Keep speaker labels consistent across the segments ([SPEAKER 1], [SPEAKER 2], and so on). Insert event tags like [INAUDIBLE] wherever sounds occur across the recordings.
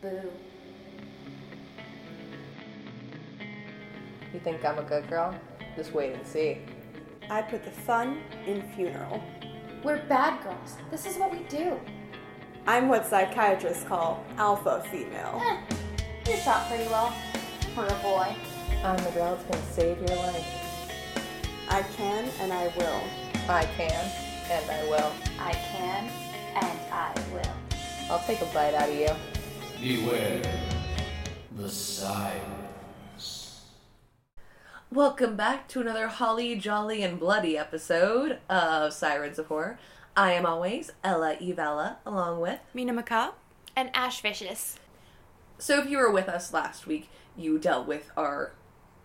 [SPEAKER 1] Boo.
[SPEAKER 2] You think I'm a good girl? Just wait and see.
[SPEAKER 3] I put the fun in funeral.
[SPEAKER 1] We're bad girls. This is what we do.
[SPEAKER 3] I'm what psychiatrists call alpha female.
[SPEAKER 1] Eh, you're shot pretty well for a boy.
[SPEAKER 2] I'm the girl that's gonna save your life.
[SPEAKER 3] I can and I will.
[SPEAKER 2] I can, and I will.
[SPEAKER 1] I can and I will.
[SPEAKER 2] I'll take a bite out of you.
[SPEAKER 4] Beware the sirens.
[SPEAKER 5] Welcome back to another Holly, Jolly, and Bloody episode of Sirens of Horror. I am always Ella Evella, along with.
[SPEAKER 3] Mina Macaw?
[SPEAKER 6] and ash [LAUGHS] vicious.
[SPEAKER 5] So, if you were with us last week, you dealt with our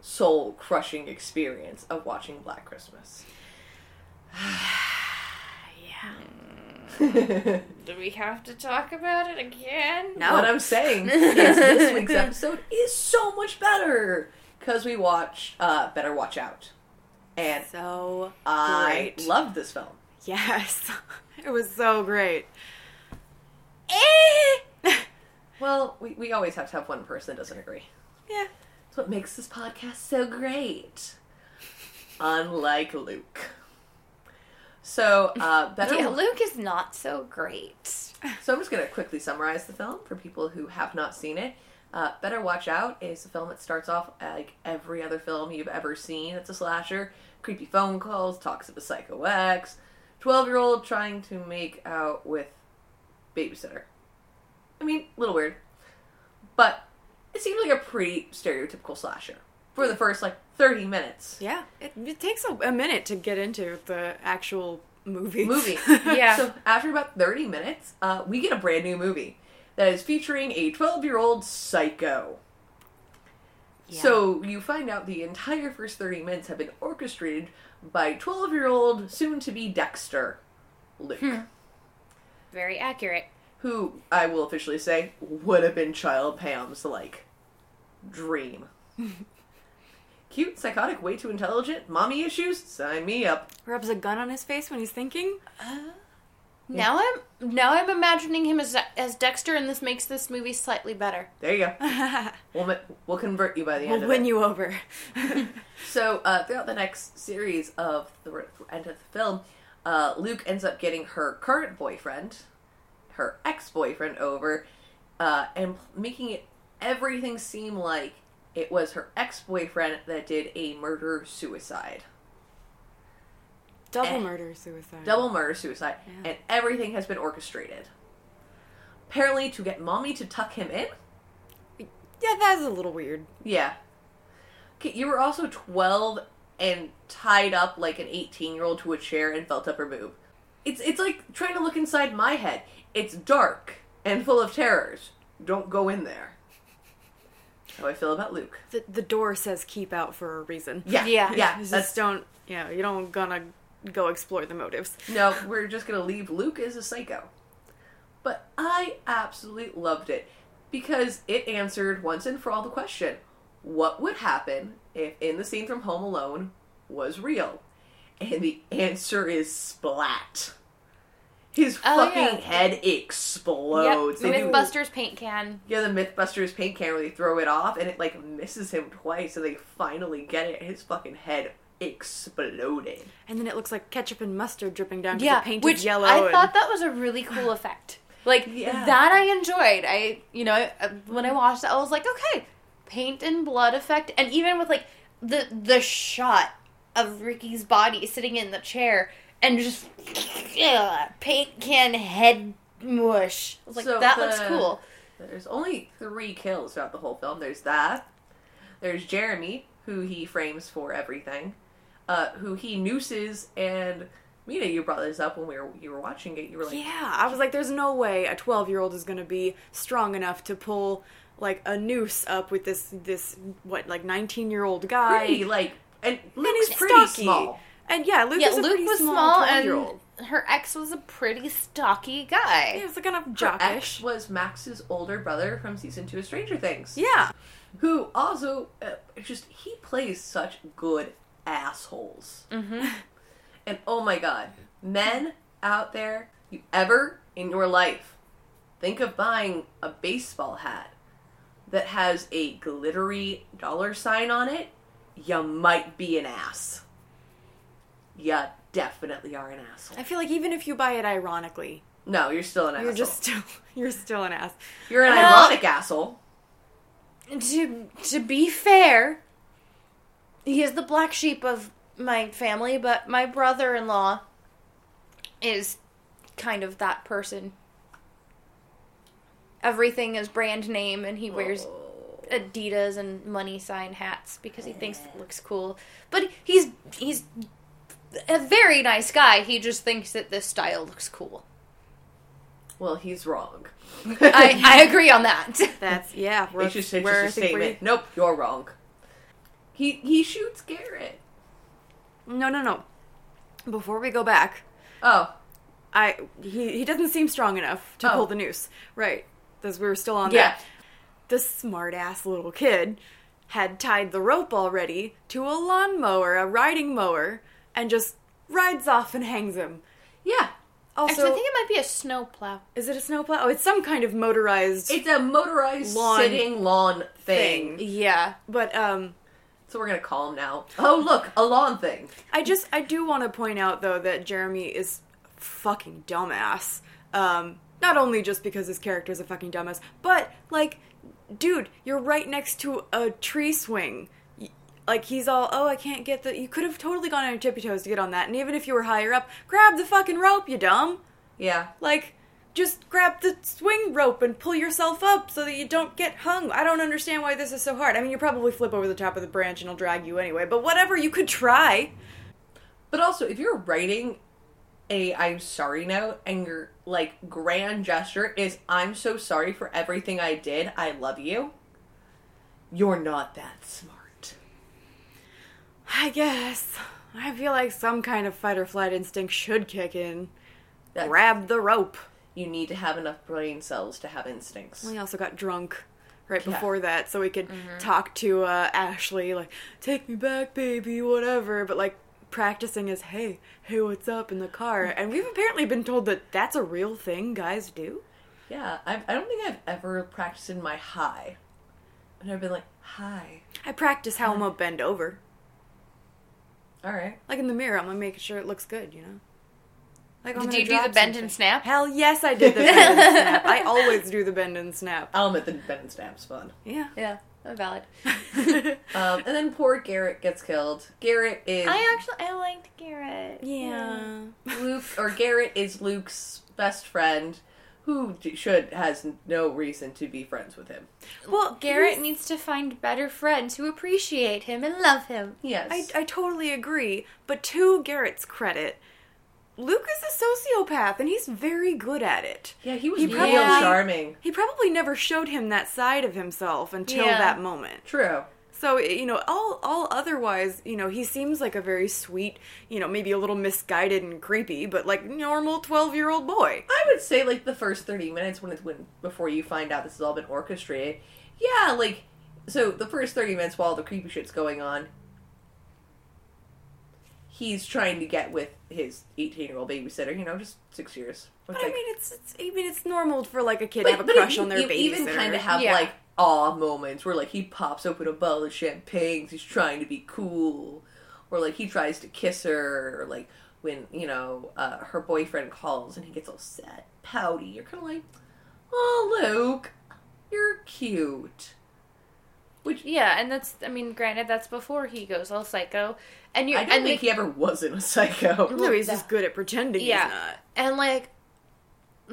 [SPEAKER 5] soul crushing experience of watching Black Christmas.
[SPEAKER 6] Do we have to talk about it again?
[SPEAKER 5] What I'm saying is this week's episode is so much better because we watched uh, Better Watch Out. And
[SPEAKER 3] So
[SPEAKER 5] I
[SPEAKER 3] great.
[SPEAKER 5] loved this film.
[SPEAKER 3] yes. [LAUGHS] it was so great.
[SPEAKER 5] Well, we, we always have to have one person that doesn't agree.
[SPEAKER 3] Yeah.
[SPEAKER 5] It's what makes this podcast so great. Unlike Luke. So, uh, better.
[SPEAKER 6] Yeah, Luke is not so great.
[SPEAKER 5] So I'm just going to quickly summarize the film for people who have not seen it. Uh, Better Watch Out is a film that starts off uh, like every other film you've ever seen. It's a slasher. Creepy phone calls, talks of a psycho ex, 12 year old trying to make out with babysitter. I mean, a little weird. But it seems like a pretty stereotypical slasher for the first like 30 minutes.
[SPEAKER 3] Yeah. It, it takes a, a minute to get into the actual [LAUGHS] movie.
[SPEAKER 5] movie.
[SPEAKER 6] Yeah.
[SPEAKER 5] So after about 30 minutes, uh, we get a brand new movie that is featuring a 12 year old psycho. So you find out the entire first 30 minutes have been orchestrated by 12 year old, soon to be Dexter, Luke,
[SPEAKER 6] Very accurate.
[SPEAKER 5] who I will officially say would have been Child Pam's like dream. Cute, psychotic, way too intelligent, mommy issues, sign me up.
[SPEAKER 3] Rubs a gun on his face when he's thinking.
[SPEAKER 6] Now I'm now I'm imagining him as as Dexter, and this makes this movie slightly better.
[SPEAKER 5] There you go. We'll, ma- we'll convert you by the end
[SPEAKER 3] We'll
[SPEAKER 5] of it.
[SPEAKER 3] win you over. [LAUGHS]
[SPEAKER 5] So uh, throughout the next series of the end of the film, uh, Luke ends up getting her current boyfriend, her ex-boyfriend, over, uh, and pl- making it everything seem like it was her ex-boyfriend that did a murder-suicide,
[SPEAKER 3] Double
[SPEAKER 5] Eh.
[SPEAKER 3] murder suicide.
[SPEAKER 5] double murder-suicide, and everything has been orchestrated. Apparently, to get mommy to tuck him in.
[SPEAKER 3] Yeah, that's a little weird.
[SPEAKER 5] Yeah. Okay, you were also twelve and tied up like an eighteen-year-old to a chair and felt up her boob. It's it's like trying to look inside my head. It's dark and full of terrors. Don't go in there. How I feel about Luke.
[SPEAKER 3] The, the door says keep out for a reason.
[SPEAKER 5] Yeah,
[SPEAKER 6] Yeah.
[SPEAKER 5] yeah.
[SPEAKER 3] You
[SPEAKER 5] That's,
[SPEAKER 3] just don't, you know, you don't gonna go explore the motives.
[SPEAKER 5] no, we're just gonna leave Luke as a psycho. But I absolutely loved it because it answered once and for all the question what would happen if in the scene from Home Alone was real? And the answer is splat. His
[SPEAKER 6] Oh,
[SPEAKER 5] fucking
[SPEAKER 6] yeah.
[SPEAKER 5] head explodes. They do-
[SPEAKER 6] With Buster's paint can.
[SPEAKER 5] yeah, the Mythbusters paint can where they throw it off and it like misses him twice, and they finally get it. His fucking head exploded.
[SPEAKER 3] And then it looks like ketchup and mustard dripping down 'cause
[SPEAKER 6] Yeah,
[SPEAKER 3] the paint
[SPEAKER 6] which
[SPEAKER 3] is yellow.
[SPEAKER 6] I
[SPEAKER 3] and-
[SPEAKER 6] thought that was a really cool effect. Like
[SPEAKER 5] Yeah.
[SPEAKER 6] that, I enjoyed. I, you know, I- when I watched that, I was like, okay, paint and blood effect, and even with like the the shot of Ricky's body sitting in the chair and just ugh, paint can head mush. I was like,
[SPEAKER 5] So
[SPEAKER 6] that
[SPEAKER 5] the-
[SPEAKER 6] looks cool.
[SPEAKER 5] There's only three kills throughout the whole film. There's that. There's Jeremy, who he frames for everything, uh, who he nooses, and Mina, you brought this up when we were you were watching it. You were like,
[SPEAKER 3] Yeah, I was like, there's no way a 12 year old is gonna be strong enough to pull like a noose up with this this what like 19 year old guy.
[SPEAKER 5] pretty like, and
[SPEAKER 3] and
[SPEAKER 5] Luke's
[SPEAKER 3] he's
[SPEAKER 5] pretty
[SPEAKER 3] stocky.
[SPEAKER 5] small.
[SPEAKER 3] And yeah, Luke
[SPEAKER 6] Yeah,
[SPEAKER 3] was a
[SPEAKER 6] Luke
[SPEAKER 3] pretty
[SPEAKER 6] was
[SPEAKER 3] small,
[SPEAKER 6] small,
[SPEAKER 3] 12-year-old.
[SPEAKER 6] and her ex was a pretty stocky guy.
[SPEAKER 3] Yeah, he was like kind of
[SPEAKER 5] Her ex
[SPEAKER 3] jockish.
[SPEAKER 5] was Max's older brother from season two of Stranger Things,
[SPEAKER 3] Yeah,
[SPEAKER 5] who also uh, just he plays such good assholes. Mm-hmm. [LAUGHS] And oh my god, men out there, you ever in your life Think of buying a baseball hat that has a glittery dollar sign on it. You might be an ass. You definitely are an asshole.
[SPEAKER 3] I feel like even if you buy it ironically,
[SPEAKER 5] No, you're still an
[SPEAKER 3] you're
[SPEAKER 5] asshole.
[SPEAKER 3] just still [LAUGHS] you're still an ass.
[SPEAKER 5] You're an
[SPEAKER 6] Well-
[SPEAKER 5] ironic asshole.
[SPEAKER 6] to to be fair, he is the black sheep of my family, but my brother-in-law is kind of that person. Everything is brand name, and he wears Adidas and money sign hats because he thinks it looks cool. But he's he's a very nice guy. He just thinks that this style looks cool.
[SPEAKER 5] Well, he's
[SPEAKER 3] [LAUGHS]
[SPEAKER 5] wrong.
[SPEAKER 6] I, I agree on that.
[SPEAKER 3] That's yeah. We're,
[SPEAKER 5] It's just, it's
[SPEAKER 3] we're-
[SPEAKER 5] just a
[SPEAKER 3] I think we're-
[SPEAKER 5] statement. Nope, you're wrong. He he shoots Garrett.
[SPEAKER 3] No, no, no. Before we go back,
[SPEAKER 5] Oh,
[SPEAKER 3] I he he doesn't seem strong enough to
[SPEAKER 5] Oh.
[SPEAKER 3] pull the noose. Right. As we were still on
[SPEAKER 5] Yeah.
[SPEAKER 3] that. The smart ass little kid had tied the rope already to a lawnmower, a riding mower, and just rides off and hangs him.
[SPEAKER 5] yeah.
[SPEAKER 3] Also,
[SPEAKER 6] Actually, I think it might be a snowplow.
[SPEAKER 3] is it a snowplow? Oh, it's some kind of motorized
[SPEAKER 5] It's a motorized
[SPEAKER 3] Lawn
[SPEAKER 5] sitting lawn thing.
[SPEAKER 3] Yeah. But um
[SPEAKER 5] So we're gonna call him now. Oh look, a lawn thing.
[SPEAKER 3] I just I do want to point out though that Jeremy is fucking dumbass. Um, not only just because his character is a fucking dumbass, but like, dude, you're right next to a tree swing. Y- Like he's all, oh, I can't get the. You could have totally gone on your tippy toes to get on that, and even if you were higher up, grab the fucking rope, you dumb.
[SPEAKER 5] Yeah.
[SPEAKER 3] Like, just grab the swing rope and pull yourself up so that you don't get hung. I don't understand why this is so hard. I mean, you probably flip over the top of the branch and it'll drag you anyway, but whatever, you could try.
[SPEAKER 5] But also, if you're writing a I'm sorry note and your like grand gesture is I'm so sorry for everything I did. I love you. You're not that smart.
[SPEAKER 3] I guess. I feel like some kind of fight or flight instinct should kick in.
[SPEAKER 5] That-
[SPEAKER 3] Grab the rope.
[SPEAKER 5] You need to have enough brain cells to have instincts.
[SPEAKER 3] We also got drunk right
[SPEAKER 5] Yeah.
[SPEAKER 3] before that, so we could
[SPEAKER 6] Mm-hmm.
[SPEAKER 3] talk to uh, Ashley, like, take me back, baby, whatever. But, like, practicing is, hey, hey, what's up in the car.
[SPEAKER 6] Mm-hmm.
[SPEAKER 3] And we've apparently been told that that's a real thing guys do.
[SPEAKER 5] Yeah, I, I don't think I've ever practiced in my high. And I've been like, hi.
[SPEAKER 3] I practice how I'm gonna bend over.
[SPEAKER 5] All right.
[SPEAKER 3] Like in the mirror, I'm gonna make sure it looks good, you know? Like, I'm
[SPEAKER 6] Did
[SPEAKER 3] gonna
[SPEAKER 6] you do the
[SPEAKER 3] drop
[SPEAKER 6] bend
[SPEAKER 3] something.
[SPEAKER 6] and snap?
[SPEAKER 3] Hell yes, I did the bend and snap. I always do the bend and snap.
[SPEAKER 5] I'll admit the Ben and Snap's fun.
[SPEAKER 3] Yeah.
[SPEAKER 6] Yeah, Oh, valid.
[SPEAKER 3] yeah.
[SPEAKER 5] Um, and then poor Garrett gets killed. Garrett is
[SPEAKER 6] I actually I liked Garrett.
[SPEAKER 3] [LAUGHS]
[SPEAKER 5] Luke, or Garrett is Luke's best friend, who d- should has no reason to be friends with him.
[SPEAKER 3] Well,
[SPEAKER 6] Garrett
[SPEAKER 3] here's-
[SPEAKER 6] needs to find better friends who appreciate him and love him.
[SPEAKER 5] Yes,
[SPEAKER 3] I, I totally agree, but to Garrett's credit, Luke is a sociopath and he's very good at it.
[SPEAKER 5] yeah, he was
[SPEAKER 3] He
[SPEAKER 5] real
[SPEAKER 3] probably-
[SPEAKER 5] charming.
[SPEAKER 3] He probably never showed him that side of himself until
[SPEAKER 6] Yeah.
[SPEAKER 3] that moment.
[SPEAKER 5] True.
[SPEAKER 3] So you know, all all otherwise, you know, he seems like a very sweet, you know, maybe a little misguided and creepy, but like normal twelve year old boy.
[SPEAKER 5] I would say like the first thirty minutes when it's when before you find out this has all been orchestrated. Yeah, like so the first thirty minutes while the creepy shit's going on, he's trying to get with his eighteen year old babysitter. You know, just six years.
[SPEAKER 3] But
[SPEAKER 5] It's
[SPEAKER 3] I
[SPEAKER 5] like-
[SPEAKER 3] mean, it's, it's I mean, it's normal for like a kid
[SPEAKER 5] but-
[SPEAKER 3] to have a
[SPEAKER 5] but if
[SPEAKER 3] crush
[SPEAKER 5] you-
[SPEAKER 3] on their
[SPEAKER 5] you
[SPEAKER 3] babysitter.
[SPEAKER 5] Even kind of have
[SPEAKER 6] Yeah.
[SPEAKER 5] like awe moments where like he pops open a bottle of champagne. 'cause He's trying to be cool, or like he tries to kiss her, or like when you know uh, her boyfriend calls and he gets all sad, pouty. You're kind of like, oh Luke, you're cute. Which
[SPEAKER 6] Yeah, and that's I mean, granted, that's before he goes all psycho, and you
[SPEAKER 5] I don't
[SPEAKER 6] and
[SPEAKER 5] think
[SPEAKER 6] like,
[SPEAKER 5] he ever wasn't a psycho.
[SPEAKER 3] no, he's just good at pretending
[SPEAKER 6] Yeah.
[SPEAKER 3] he's not.
[SPEAKER 6] and like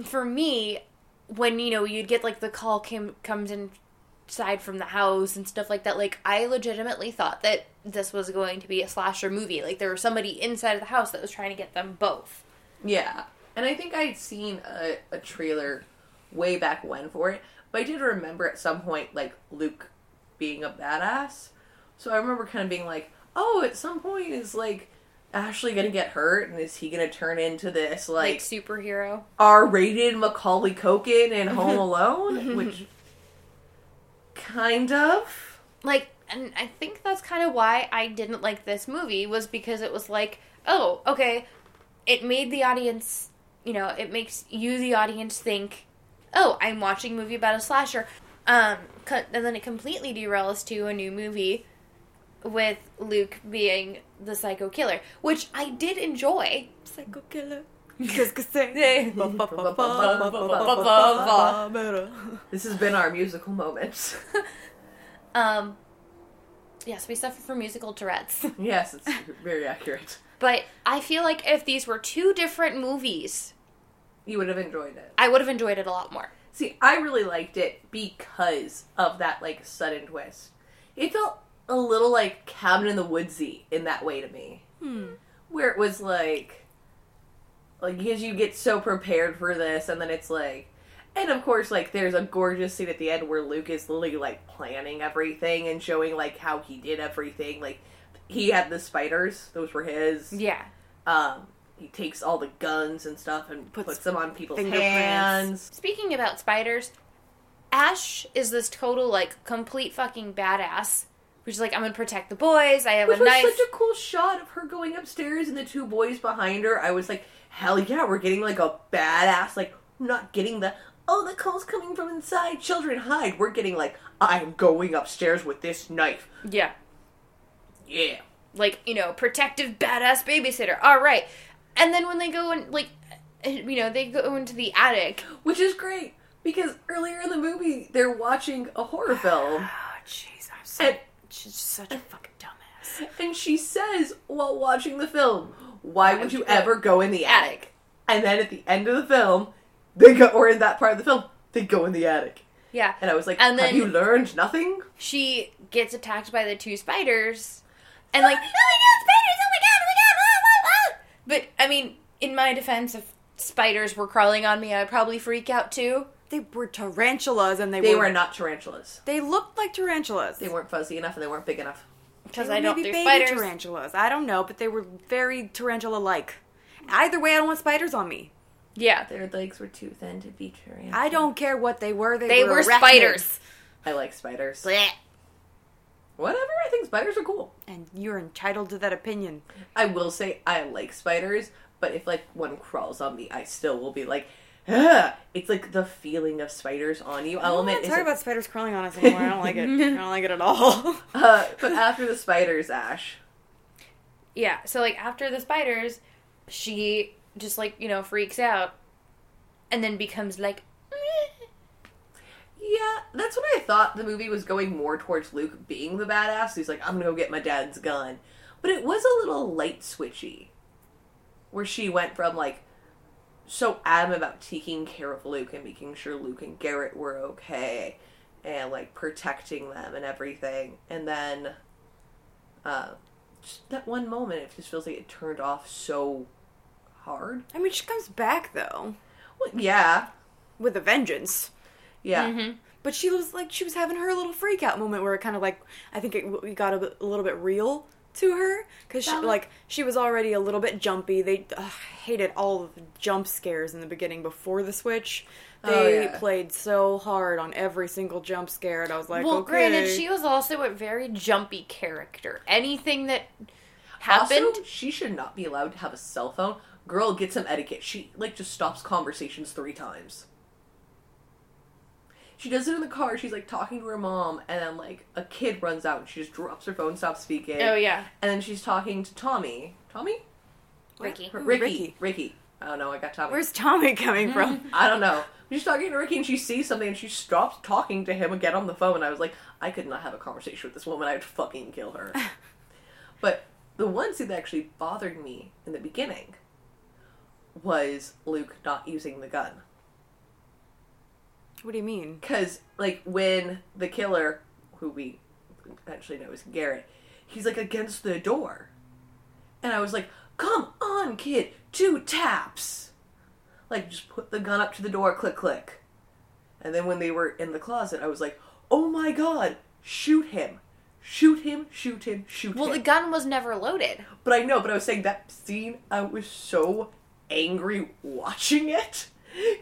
[SPEAKER 6] for me, when you know you'd get like the call came comes inside from the house and stuff like that. Like I legitimately thought that this was going to be a slasher movie. Like there was somebody inside of the house that was trying to get them both.
[SPEAKER 5] Yeah. And I think I'd seen a, a trailer way back when for it, but I did remember at some point, like, Luke being a badass. So I remember kind of being like, oh, at some point is, like, Ashley gonna get hurt and is he gonna turn into this,
[SPEAKER 6] Like,
[SPEAKER 5] like,
[SPEAKER 6] superhero.
[SPEAKER 5] R rated Macaulay Culkin in Home Alone? Which, kind of.
[SPEAKER 6] like and i think that's kind of why i didn't like this movie was because it was like oh okay it made the audience you know it makes you the audience think oh, I'm watching a movie about a slasher. Um, co- and then it completely derails to a new movie with Luke being the psycho killer, which I did enjoy. [LAUGHS]
[SPEAKER 3] Psycho [LAUGHS] killer. Qu'est-ce que c'est? [LAUGHS]
[SPEAKER 6] Yeah.
[SPEAKER 3] Oh,
[SPEAKER 5] This has been our musical moment.
[SPEAKER 6] Um, yes, we suffer from musical Tourette's.
[SPEAKER 5] [LAUGHS]
[SPEAKER 6] [LAUGHS]
[SPEAKER 5] yes, it's very accurate.
[SPEAKER 6] But I feel like if these were two different movies,
[SPEAKER 5] You would have enjoyed it.
[SPEAKER 6] I would have enjoyed it a lot more.
[SPEAKER 5] See, I really liked it because of that like sudden twist. It felt a little like Cabin in the Woodsy in that way to me,
[SPEAKER 3] Hmm.
[SPEAKER 5] where it was like, like because you get so prepared for this, and then it's like, and of course, like there's a gorgeous scene at the end where Luke is literally like planning everything and showing like how he did everything. Like he had the spiders; those were his.
[SPEAKER 6] Yeah.
[SPEAKER 5] Um, he takes all the guns and stuff and
[SPEAKER 3] Puts
[SPEAKER 5] puts, them on people's
[SPEAKER 3] fingerprints.
[SPEAKER 5] hands.
[SPEAKER 6] Speaking about spiders, Ash is this total like complete fucking badass, which is like I'm gonna protect the boys. I have
[SPEAKER 5] Which
[SPEAKER 6] a
[SPEAKER 5] was
[SPEAKER 6] knife.
[SPEAKER 5] such a cool shot of her going upstairs and the two boys behind her. I was like, hell yeah, we're getting like a badass, like, not getting the, oh, the call's coming from inside, children hide. We're getting like, I'm going upstairs with this knife.
[SPEAKER 6] yeah.
[SPEAKER 5] Yeah.
[SPEAKER 6] like you know protective badass babysitter all right and then when they go and like eh, you know they go into the attic
[SPEAKER 5] Which is great because earlier in the movie, they're watching a horror film
[SPEAKER 3] Oh, jeez, I'm so,
[SPEAKER 5] and,
[SPEAKER 3] she's such a fucking dumbass.
[SPEAKER 5] and she says while watching the film, why would you ever go in the attic? And then at the end of the film, they go, or in that part of the film, they go in the attic.
[SPEAKER 6] yeah
[SPEAKER 5] And I was like,
[SPEAKER 6] And
[SPEAKER 5] have
[SPEAKER 6] then-
[SPEAKER 5] you learned nothing?
[SPEAKER 6] she gets attacked by the two spiders and like oh my god spiders oh my god oh my god ah, ah, ah." but i mean in my defense if spiders were crawling on me i'd probably freak out too
[SPEAKER 3] They were tarantulas, and they,
[SPEAKER 5] They
[SPEAKER 3] were,
[SPEAKER 5] were not tarantulas.
[SPEAKER 3] They looked like tarantulas.
[SPEAKER 5] They weren't fuzzy enough and they weren't big enough.
[SPEAKER 6] because
[SPEAKER 3] They were
[SPEAKER 6] i don't
[SPEAKER 3] maybe
[SPEAKER 6] do
[SPEAKER 3] baby
[SPEAKER 6] spiders
[SPEAKER 3] tarantulas. I don't know, but they were very tarantula-like. Either way, I don't want spiders on me.
[SPEAKER 6] yeah
[SPEAKER 5] Their legs were too thin to be tarantulas.
[SPEAKER 3] I don't care what they were. They,
[SPEAKER 6] they
[SPEAKER 3] were,
[SPEAKER 6] were
[SPEAKER 3] arachnids.
[SPEAKER 6] spiders
[SPEAKER 5] I like spiders.
[SPEAKER 6] Blech.
[SPEAKER 5] Whatever, I think spiders are cool.
[SPEAKER 3] and you're entitled to that opinion.
[SPEAKER 5] I will say I like spiders, but if like one crawls on me, I still will be like, Ugh! it's like the feeling of spiders on you
[SPEAKER 3] I'm
[SPEAKER 5] element.
[SPEAKER 3] not
[SPEAKER 5] is
[SPEAKER 3] talking about spiders crawling on us anymore. I don't like it. I don't like it at all. [LAUGHS]
[SPEAKER 5] [LAUGHS] uh, but after the spiders, Ash,
[SPEAKER 6] Yeah, so like after the spiders, she just like, you know, freaks out and then becomes like "Meh."
[SPEAKER 5] Yeah, that's what I thought the movie was going more towards Luke being the badass. He's like, I'm gonna go get my dad's gun. But it was a little light switchy. Where she went from like so adamant about taking care of Luke and making sure Luke and Garrett were okay and like protecting them and everything. And then uh just that one moment it just feels like it turned off so hard.
[SPEAKER 3] I mean, she comes back though
[SPEAKER 5] Well, yeah.
[SPEAKER 3] with a vengeance.
[SPEAKER 5] Yeah.
[SPEAKER 3] But she was like, she was having her little freak out moment where it kind of like, I think it, w- got a, bit- a little bit real to her because she, like she was already a little bit jumpy. They ugh, hated all of the jump scares in the beginning before the switch.
[SPEAKER 5] Oh,
[SPEAKER 3] They
[SPEAKER 5] yeah.
[SPEAKER 3] played so hard on every single jump scare, and I was like,
[SPEAKER 6] Well,
[SPEAKER 3] okay.
[SPEAKER 6] granted, she was also a very jumpy character. Anything that happened
[SPEAKER 5] Also, she should not be allowed to have a cell phone. Girl, get some etiquette. She like just stops conversations three times. She does it in the car. She's like talking to her mom, and then like a kid runs out, and she just drops her phone, stops speaking.
[SPEAKER 6] Oh yeah.
[SPEAKER 5] And then she's talking to Tommy. Tommy?
[SPEAKER 6] Ricky.
[SPEAKER 5] Her- Ricky.
[SPEAKER 3] Ricky.
[SPEAKER 5] Ricky. I don't know. I got Tommy.
[SPEAKER 3] [LAUGHS] Where's Tommy
[SPEAKER 5] [LAUGHS]
[SPEAKER 3] coming from?
[SPEAKER 5] I don't know. She's talking to Ricky, and she sees something, and she stops talking to him again on the phone. And I was like, I could not have a conversation with this woman. I'd fucking kill her. But the one scene that actually bothered me in the beginning was Luke not using the gun.
[SPEAKER 3] what do you mean?
[SPEAKER 5] Because, like, when the killer, who we actually know is Garrett, he's, like, against the door. And I was like, come on, kid, two taps. Like, just put the gun up to the door, click, click. And then when they were in the closet, I was like, oh my god, shoot him. Shoot him, shoot him, shoot him.
[SPEAKER 6] Well, the gun was never loaded.
[SPEAKER 5] But I know, but I was saying that scene, I was so angry watching it.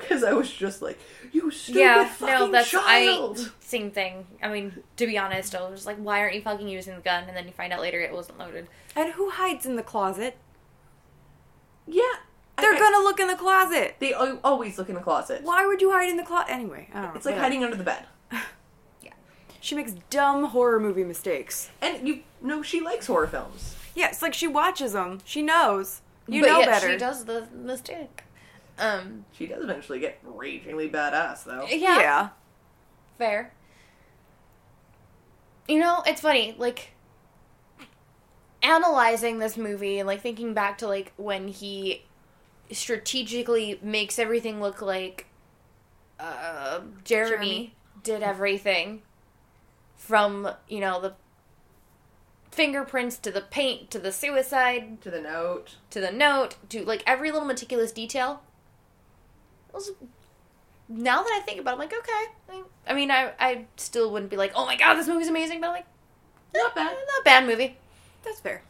[SPEAKER 5] Because I was just like, you stupid fucking child.
[SPEAKER 6] I same thing. I mean, to be honest, I was just like, why aren't you fucking using the gun? And then you find out later it wasn't loaded.
[SPEAKER 3] And who hides in the closet?
[SPEAKER 5] Yeah.
[SPEAKER 3] They're
[SPEAKER 5] I-
[SPEAKER 3] gonna look in the closet.
[SPEAKER 5] They al- always look in the closet.
[SPEAKER 3] Why would you hide in the closet? Anyway, I don't know.
[SPEAKER 5] It's like
[SPEAKER 3] Whatever.
[SPEAKER 5] hiding under the bed.
[SPEAKER 3] She makes dumb horror movie mistakes.
[SPEAKER 5] And you know she likes horror films.
[SPEAKER 3] Yeah, it's like she watches them. She knows. You
[SPEAKER 6] but
[SPEAKER 3] know
[SPEAKER 6] yet
[SPEAKER 3] better.
[SPEAKER 6] She does the mistake. Um,
[SPEAKER 5] She does eventually get ragingly badass though.
[SPEAKER 6] yeah,
[SPEAKER 3] Yeah.
[SPEAKER 6] fair. You know, it's funny, like analyzing this movie, like thinking back to like when he strategically makes everything look like uh, Jeremy,
[SPEAKER 1] Jeremy.
[SPEAKER 6] did everything from you know the fingerprints to the paint to the suicide
[SPEAKER 5] To the note.
[SPEAKER 6] to the note to like every little meticulous detail. It was- now that I think about it, I'm like, okay. I mean, I, I still wouldn't be like, oh my god, this movie's amazing, but I'm like, eh,
[SPEAKER 5] Not bad.
[SPEAKER 6] not a bad movie.
[SPEAKER 3] That's fair.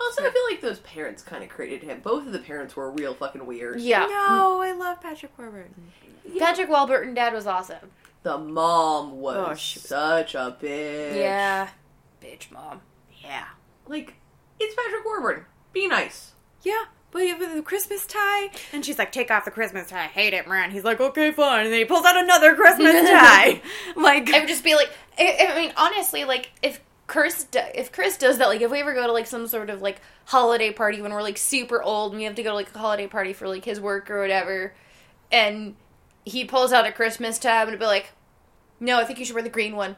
[SPEAKER 5] Also, I feel like those parents kind of created him. Both of the parents were real fucking weird.
[SPEAKER 6] Yeah.
[SPEAKER 3] No, I love Patrick Warburton.
[SPEAKER 6] Patrick Wahlberg and Dad was awesome.
[SPEAKER 5] The mom was,
[SPEAKER 3] Oh, she was-
[SPEAKER 5] such a bitch.
[SPEAKER 6] Yeah. Bitch mom.
[SPEAKER 3] Yeah.
[SPEAKER 5] Like, it's Patrick Warburton. Be nice.
[SPEAKER 3] Yeah. But you have the Christmas tie, and she's like, "Take off the Christmas tie. I hate it, man." He's like, "Okay, fine." And then he pulls out another Christmas
[SPEAKER 6] [LAUGHS]
[SPEAKER 3] tie. like,
[SPEAKER 6] I would just be like, I, I mean, honestly, like if Chris, do, if Chris does that, like if we ever go to like some sort of like holiday party when we're like super old and we have to go to like a holiday party for like his work or whatever, and he pulls out a Christmas tab and be like, "No, I think you should wear the green one."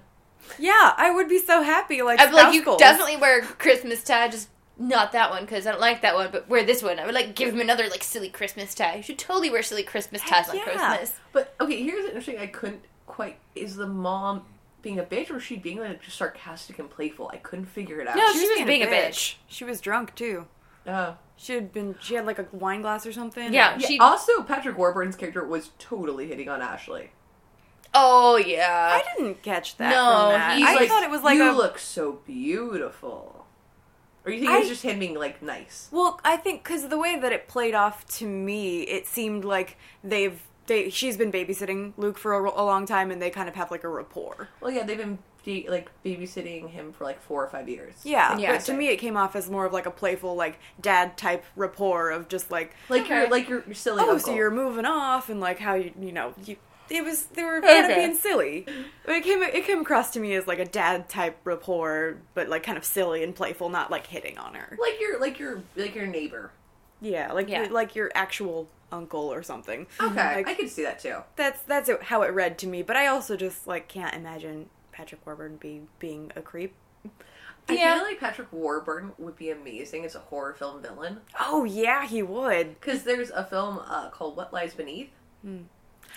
[SPEAKER 3] yeah, I would be so happy. Like,
[SPEAKER 6] I'd be like, "You
[SPEAKER 3] spousals.
[SPEAKER 6] definitely wear a Christmas tie, just not that one because I don't like that one, but wear this one." I would like give him another like silly Christmas tie. You should totally wear silly Christmas ties on
[SPEAKER 3] yeah.
[SPEAKER 6] Christmas.
[SPEAKER 5] But, okay, here's an interesting I couldn't quite. Is the mom being a bitch or was she being, like, just sarcastic and playful? I couldn't figure it out.
[SPEAKER 6] No, she was being a bitch.
[SPEAKER 3] She was drunk too.
[SPEAKER 5] Uh,
[SPEAKER 3] She had been. She had like a wine glass or something.
[SPEAKER 6] Yeah,
[SPEAKER 5] yeah,
[SPEAKER 6] she.
[SPEAKER 5] also, Patrick Warburton's character was totally hitting on Ashley.
[SPEAKER 6] Oh yeah.
[SPEAKER 3] I didn't catch that.
[SPEAKER 6] No,
[SPEAKER 3] from that.
[SPEAKER 6] he's
[SPEAKER 3] I
[SPEAKER 6] like,
[SPEAKER 3] thought it was like
[SPEAKER 5] you
[SPEAKER 3] a.
[SPEAKER 5] look so beautiful. Or you think it was
[SPEAKER 3] I-
[SPEAKER 5] just him being, like, nice?
[SPEAKER 3] well, I think because the way that it played off to me, it seemed like they've they she's been babysitting Luke for a, a long time, and they kind of have like a rapport.
[SPEAKER 5] Well, yeah, they've been, da- like, babysitting him for, like, four or five years.
[SPEAKER 3] Yeah,
[SPEAKER 6] Yeah.
[SPEAKER 3] But to me, it came off as more of like a playful, like dad type rapport of just like,
[SPEAKER 5] Like
[SPEAKER 6] Okay.
[SPEAKER 5] you're like you're, you're silly.
[SPEAKER 3] oh,
[SPEAKER 5] uncle.
[SPEAKER 3] so you're moving off, and like how you you know you. It was they were kind
[SPEAKER 6] Okay.
[SPEAKER 3] of being silly, but it came it came across to me as like a dad type rapport, but like kind of silly and playful, not like hitting on her.
[SPEAKER 5] like your like your like your neighbor.
[SPEAKER 3] Yeah, like
[SPEAKER 6] Yeah.
[SPEAKER 3] like your actual uncle or something.
[SPEAKER 5] Okay,
[SPEAKER 3] Oh, Like,
[SPEAKER 5] I could see that too.
[SPEAKER 3] that's that's it- how it read to me. But I also just like can't imagine Patrick Warburton be being a creep.
[SPEAKER 5] I
[SPEAKER 6] Yeah.
[SPEAKER 5] feel like Patrick Warburton would be amazing as a horror film villain
[SPEAKER 3] Oh yeah, he would.
[SPEAKER 5] because there's a film uh, called What Lies Beneath.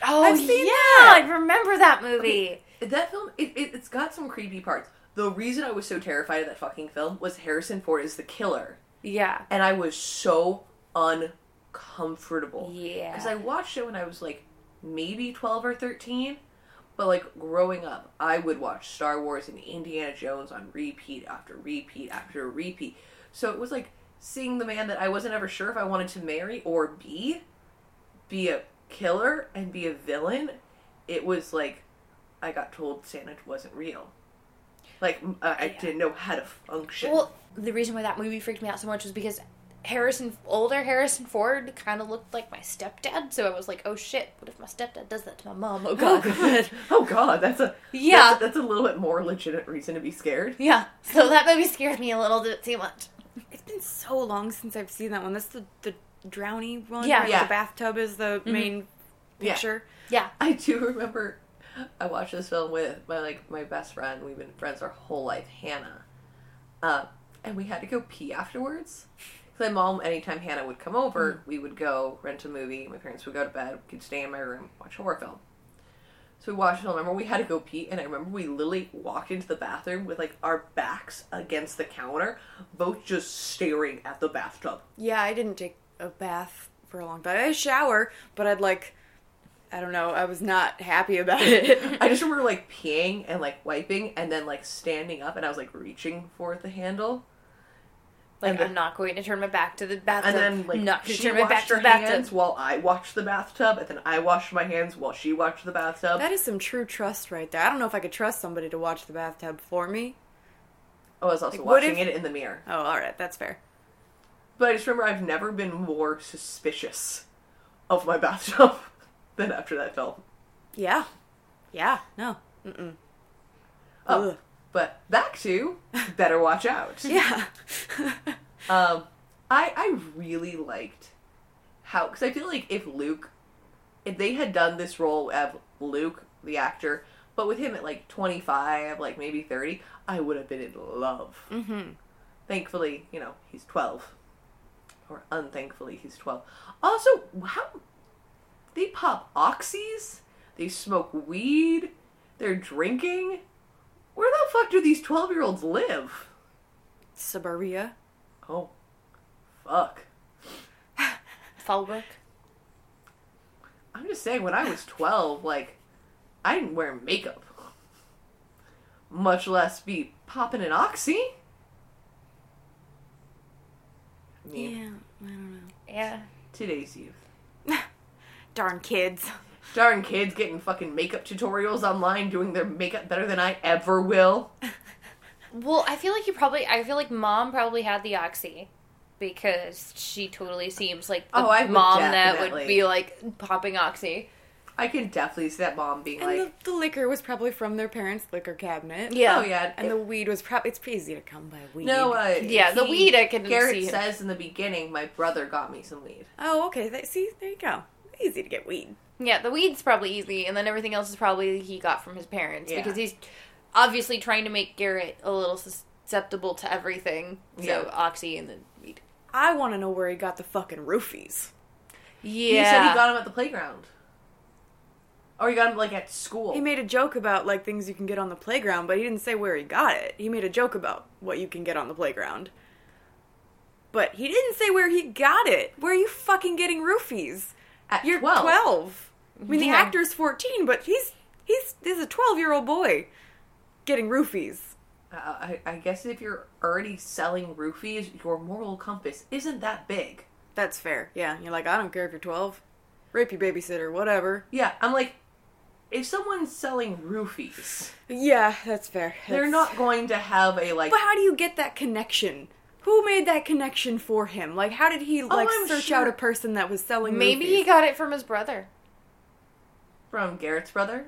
[SPEAKER 6] Oh
[SPEAKER 3] I've seen
[SPEAKER 6] yeah,
[SPEAKER 3] that.
[SPEAKER 6] I remember that movie.
[SPEAKER 5] That film it, it, it's got some creepy parts. The reason I was so terrified of that fucking film was Harrison Ford is the killer,
[SPEAKER 6] Yeah,
[SPEAKER 5] and I was so uncomfortable.
[SPEAKER 6] Yeah.
[SPEAKER 5] because I watched it when I was like maybe twelve or thirteen. But like growing up, I would watch Star Wars and Indiana Jones on repeat after repeat after repeat. So it was like seeing the man that I wasn't ever sure if I wanted to marry or be, be a killer and be a villain. It was like I got told Santa wasn't real. Like I, I didn't know how to function.
[SPEAKER 6] Well, the reason why that movie freaked me out so much was because Harrison, older Harrison Ford, kind of looked like my stepdad. So I was like, oh shit, what if my stepdad does that to my mom? Oh god.
[SPEAKER 5] [LAUGHS]
[SPEAKER 6] [LAUGHS]
[SPEAKER 5] oh God, that's a
[SPEAKER 6] Yeah.
[SPEAKER 5] That's, that's a little bit more legitimate reason to be scared.
[SPEAKER 6] yeah. So that movie scared me a little bit too much.
[SPEAKER 3] It's been so long since I've seen that one. That's the the drowny one.
[SPEAKER 6] Yeah.
[SPEAKER 3] where
[SPEAKER 5] Yeah.
[SPEAKER 3] The bathtub is the main
[SPEAKER 5] Yeah.
[SPEAKER 3] picture.
[SPEAKER 6] Yeah.
[SPEAKER 5] [LAUGHS] I do remember I watched this film with my like my best friend. We've been friends our whole life, Hannah. Uh, and we had to go pee afterwards. 'Cause My mom, anytime Hannah would come over, we would go rent a movie. My parents would go to bed. We could stay in my room, watch a horror film. So we watched a film. I remember we had to go pee, and I remember we literally walked into the bathroom with like our backs against the counter, both just staring at the bathtub.
[SPEAKER 3] Yeah, I didn't take a bath for a long time. I shower, but I'd like. I don't know. I was not happy about it. [LAUGHS]
[SPEAKER 5] I just remember like peeing and like wiping and then like standing up and I was like reaching for the handle.
[SPEAKER 6] Like,
[SPEAKER 5] And the-
[SPEAKER 6] I'm not going to turn my back to the bathtub.
[SPEAKER 5] And then like
[SPEAKER 6] I'm not going to
[SPEAKER 5] she
[SPEAKER 6] turn my
[SPEAKER 5] washed
[SPEAKER 6] back to
[SPEAKER 5] her
[SPEAKER 6] the bathtub.
[SPEAKER 5] hands while I watched the bathtub and then I washed my hands while she watched the bathtub.
[SPEAKER 3] that is some true trust right there. I don't know if I could trust somebody to watch the bathtub for me.
[SPEAKER 5] I was also
[SPEAKER 3] like, what
[SPEAKER 5] watching
[SPEAKER 3] if-
[SPEAKER 5] it in the mirror.
[SPEAKER 3] Oh, all right, that's fair.
[SPEAKER 5] But I just remember I've never been more suspicious of my [LAUGHS] bathtub than after that film.
[SPEAKER 3] Yeah. Yeah. [LAUGHS] No. Mm-mm.
[SPEAKER 5] Oh,
[SPEAKER 3] Ugh.
[SPEAKER 5] but back to Better Watch Out.
[SPEAKER 3] Yeah. [LAUGHS]
[SPEAKER 5] Um, I I really liked how because I feel like if Luke, if they had done this role of Luke the actor, but with him at like twenty five, like maybe thirty, I would have been in love. Mm-hmm. Thankfully, you know he's twelve, or unthankfully he's twelve. Also, how they pop oxys, they smoke weed, they're drinking. Where the fuck do these twelve year olds live?
[SPEAKER 3] Suburbia.
[SPEAKER 5] Oh, fuck.
[SPEAKER 6] Fallbrook.
[SPEAKER 5] I'm just saying, when I was 12, like, I didn't wear makeup. Much less be popping an oxy. I mean,
[SPEAKER 3] I don't know.
[SPEAKER 6] Yeah.
[SPEAKER 5] today's youth.
[SPEAKER 3] Darn kids.
[SPEAKER 5] Darn kids getting fucking makeup tutorials online doing their makeup better than I ever will.
[SPEAKER 6] Well, I feel like you probably. I feel like mom probably had the oxy because she totally seems like the
[SPEAKER 5] Oh, I would
[SPEAKER 6] mom that
[SPEAKER 5] definitely.
[SPEAKER 6] would be like popping oxy.
[SPEAKER 5] I can definitely see that mom being
[SPEAKER 3] And
[SPEAKER 5] like,
[SPEAKER 3] the, the liquor was probably from their parents' liquor cabinet.
[SPEAKER 5] oh yeah.
[SPEAKER 3] And the weed was probably, it's pretty easy to come by weed.
[SPEAKER 5] no, uh,
[SPEAKER 6] Yeah, the
[SPEAKER 5] he-
[SPEAKER 6] weed I can
[SPEAKER 5] Garrett
[SPEAKER 6] see him.
[SPEAKER 5] says in the beginning, my brother got me some weed.
[SPEAKER 3] Oh, okay. That, see, there you go. Easy to get weed.
[SPEAKER 6] Yeah, the weed's probably easy, and then everything else is probably he got from his parents
[SPEAKER 5] Yeah.
[SPEAKER 6] because he's obviously trying to make Garrett a little susceptible to everything. So
[SPEAKER 5] Yeah.
[SPEAKER 6] oxy and then weed.
[SPEAKER 3] I want to know where he got the fucking roofies.
[SPEAKER 6] Yeah,
[SPEAKER 5] He said he got him at the playground. Or he got him like at school.
[SPEAKER 3] He made a joke about like things you can get on the playground, but he didn't say where he got it. He made a joke about what you can get on the playground. But he didn't say where he got it. Where are you fucking getting roofies?
[SPEAKER 5] at
[SPEAKER 3] You're 12. I mean,
[SPEAKER 6] Yeah.
[SPEAKER 3] the actor's 14, but he's he's he's a 12-year-old boy getting roofies.
[SPEAKER 5] Uh, I, I guess if you're already selling roofies, your moral compass isn't that big.
[SPEAKER 3] That's fair. Yeah, you're like, I don't care if you're 12. Rape your babysitter, whatever.
[SPEAKER 5] Yeah, I'm like, if someone's selling roofies,
[SPEAKER 3] Yeah, that's fair.
[SPEAKER 5] they're
[SPEAKER 3] That's-
[SPEAKER 5] not going to have a like.
[SPEAKER 3] But how do you get that connection? Who made that connection for him? Like, how did he like
[SPEAKER 5] I'm
[SPEAKER 3] search
[SPEAKER 5] sure-
[SPEAKER 3] out a person that was selling?
[SPEAKER 6] maybe
[SPEAKER 3] roofies?
[SPEAKER 6] he got it from his brother.
[SPEAKER 5] From Garrett's brother,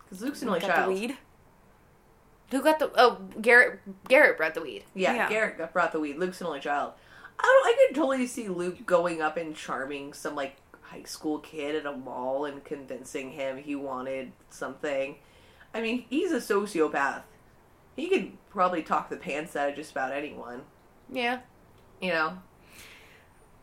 [SPEAKER 5] because Luke's an only
[SPEAKER 3] got
[SPEAKER 5] child.
[SPEAKER 3] the weed.
[SPEAKER 6] Who got the oh Garrett? Garrett brought the weed.
[SPEAKER 5] Yeah,
[SPEAKER 3] Yeah.
[SPEAKER 5] Garrett got- brought the weed. Luke's an only child. I don't. I could totally see Luke going up and charming some like high school kid at a mall and convincing him he wanted something. I mean, he's a sociopath. He could probably talk the pants out of just about anyone.
[SPEAKER 6] Yeah,
[SPEAKER 5] You know,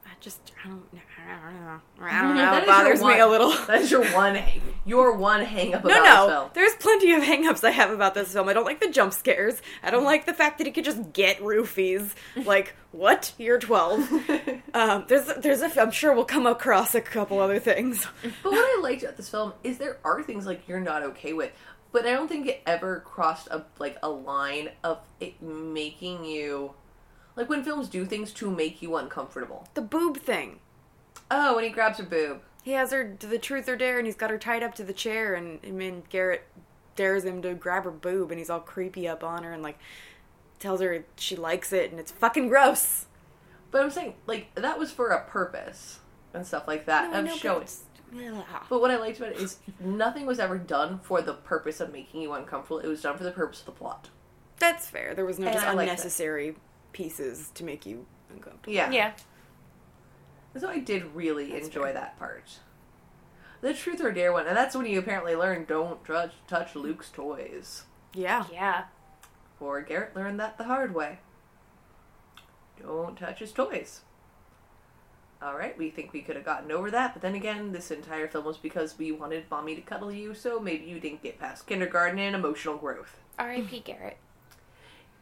[SPEAKER 3] I just I don't know. I don't know. [LAUGHS] I don't know.
[SPEAKER 5] That
[SPEAKER 3] It
[SPEAKER 5] is your
[SPEAKER 3] bothers me
[SPEAKER 5] one-
[SPEAKER 3] a little. [LAUGHS]
[SPEAKER 5] That's your one hang. Your one hang up
[SPEAKER 3] No,
[SPEAKER 5] about this
[SPEAKER 3] no.
[SPEAKER 5] film.
[SPEAKER 3] There's plenty of hangups I have about this film. I don't like the jump scares. I don't like the fact that he could just
[SPEAKER 5] [LAUGHS]
[SPEAKER 3] get roofies. Like, what? You're 12. um, there's, there's a. I'm sure we'll come across a couple
[SPEAKER 5] [LAUGHS]
[SPEAKER 3] other things.
[SPEAKER 5] But what I liked about this film is there are things like you're not okay with, but I don't think it ever crossed a like a line of it making you like when films do things to make you uncomfortable.
[SPEAKER 3] The boob thing.
[SPEAKER 5] Oh, when he grabs her boob.
[SPEAKER 3] He has her to the truth or dare, and he's got her tied up to the chair, and I mean Garrett dares him to grab her boob, and he's all creepy up on her, and like tells her she likes it, and it's fucking gross.
[SPEAKER 5] But I'm saying like that was for a purpose and stuff like that
[SPEAKER 3] I
[SPEAKER 5] Uh, of
[SPEAKER 3] know, but
[SPEAKER 5] showing.
[SPEAKER 3] it's- Ugh.
[SPEAKER 5] But what I liked about it is nothing was ever done for the purpose of making you uncomfortable. It was done for the purpose of the plot.
[SPEAKER 3] That's fair. There was no
[SPEAKER 5] And
[SPEAKER 3] just
[SPEAKER 5] I like that.
[SPEAKER 3] unnecessary pieces to make you uncomfortable.
[SPEAKER 5] Yeah.
[SPEAKER 6] yeah.
[SPEAKER 5] So I did really enjoy that part. The truth or dare one, and that's when you apparently learn don't touch, touch Luke's toys.
[SPEAKER 3] Yeah.
[SPEAKER 6] Yeah.
[SPEAKER 5] Or Garrett learned that the hard way. Don't touch his toys. All right, we think we could have gotten over that, but then again, this entire film was because we wanted mommy to cuddle you, so maybe you didn't get past kindergarten and emotional growth.
[SPEAKER 6] R.I.P. Garrett.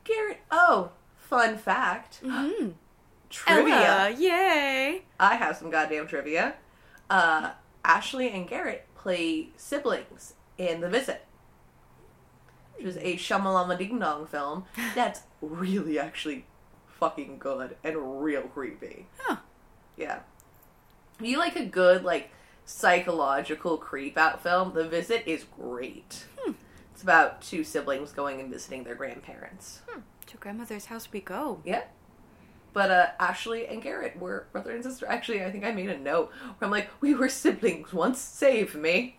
[SPEAKER 5] Garrett, oh, fun fact. [GASPS] Trivia.
[SPEAKER 3] Ella, yay!
[SPEAKER 5] I have some goddamn trivia. Uh, Ashley and Garrett play siblings in The Visit, which is a Shamalama Ding Dong film that's really actually fucking good and real creepy.
[SPEAKER 3] Huh.
[SPEAKER 5] Yeah. You like a good, like, psychological creep out film? The Visit is great. It's about two siblings going and visiting their grandparents.
[SPEAKER 3] To grandmother's house we go.
[SPEAKER 5] Yeah. But uh, Ashley and Garrett were brother and sister. Actually, I think I made a note where I'm like, we were siblings once. Save me.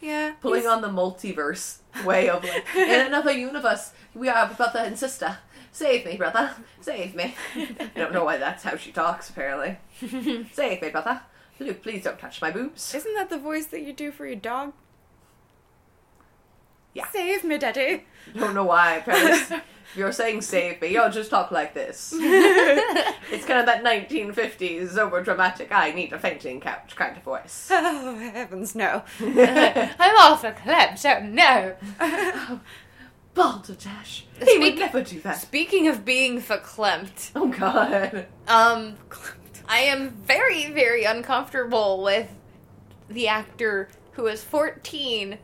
[SPEAKER 3] Yeah.
[SPEAKER 5] Pulling
[SPEAKER 3] he's-
[SPEAKER 5] on the multiverse way of like, in another universe, we are brother and sister. Save me, brother. Save me. I don't know why that's how she talks, apparently. Save me, brother. Luke, please don't touch my boobs.
[SPEAKER 3] Isn't that the voice that you do for your dog?
[SPEAKER 5] Yeah.
[SPEAKER 3] Save me, daddy.
[SPEAKER 5] don't know why. Apparently,
[SPEAKER 3] [LAUGHS]
[SPEAKER 5] if you're saying save me, you'll just talk like this. it's kind of that 1950s over dramatic. I need a fainting couch kind of voice.
[SPEAKER 3] Oh, heavens [LAUGHS] no.
[SPEAKER 6] I'm off a clip, so no.
[SPEAKER 5] Balderdash. He would
[SPEAKER 6] Speak-
[SPEAKER 5] never do that.
[SPEAKER 6] [LAUGHS] Speaking of being verklempt,
[SPEAKER 5] Oh [LAUGHS] God.
[SPEAKER 6] um, I am very, very uncomfortable with the actor who is 14,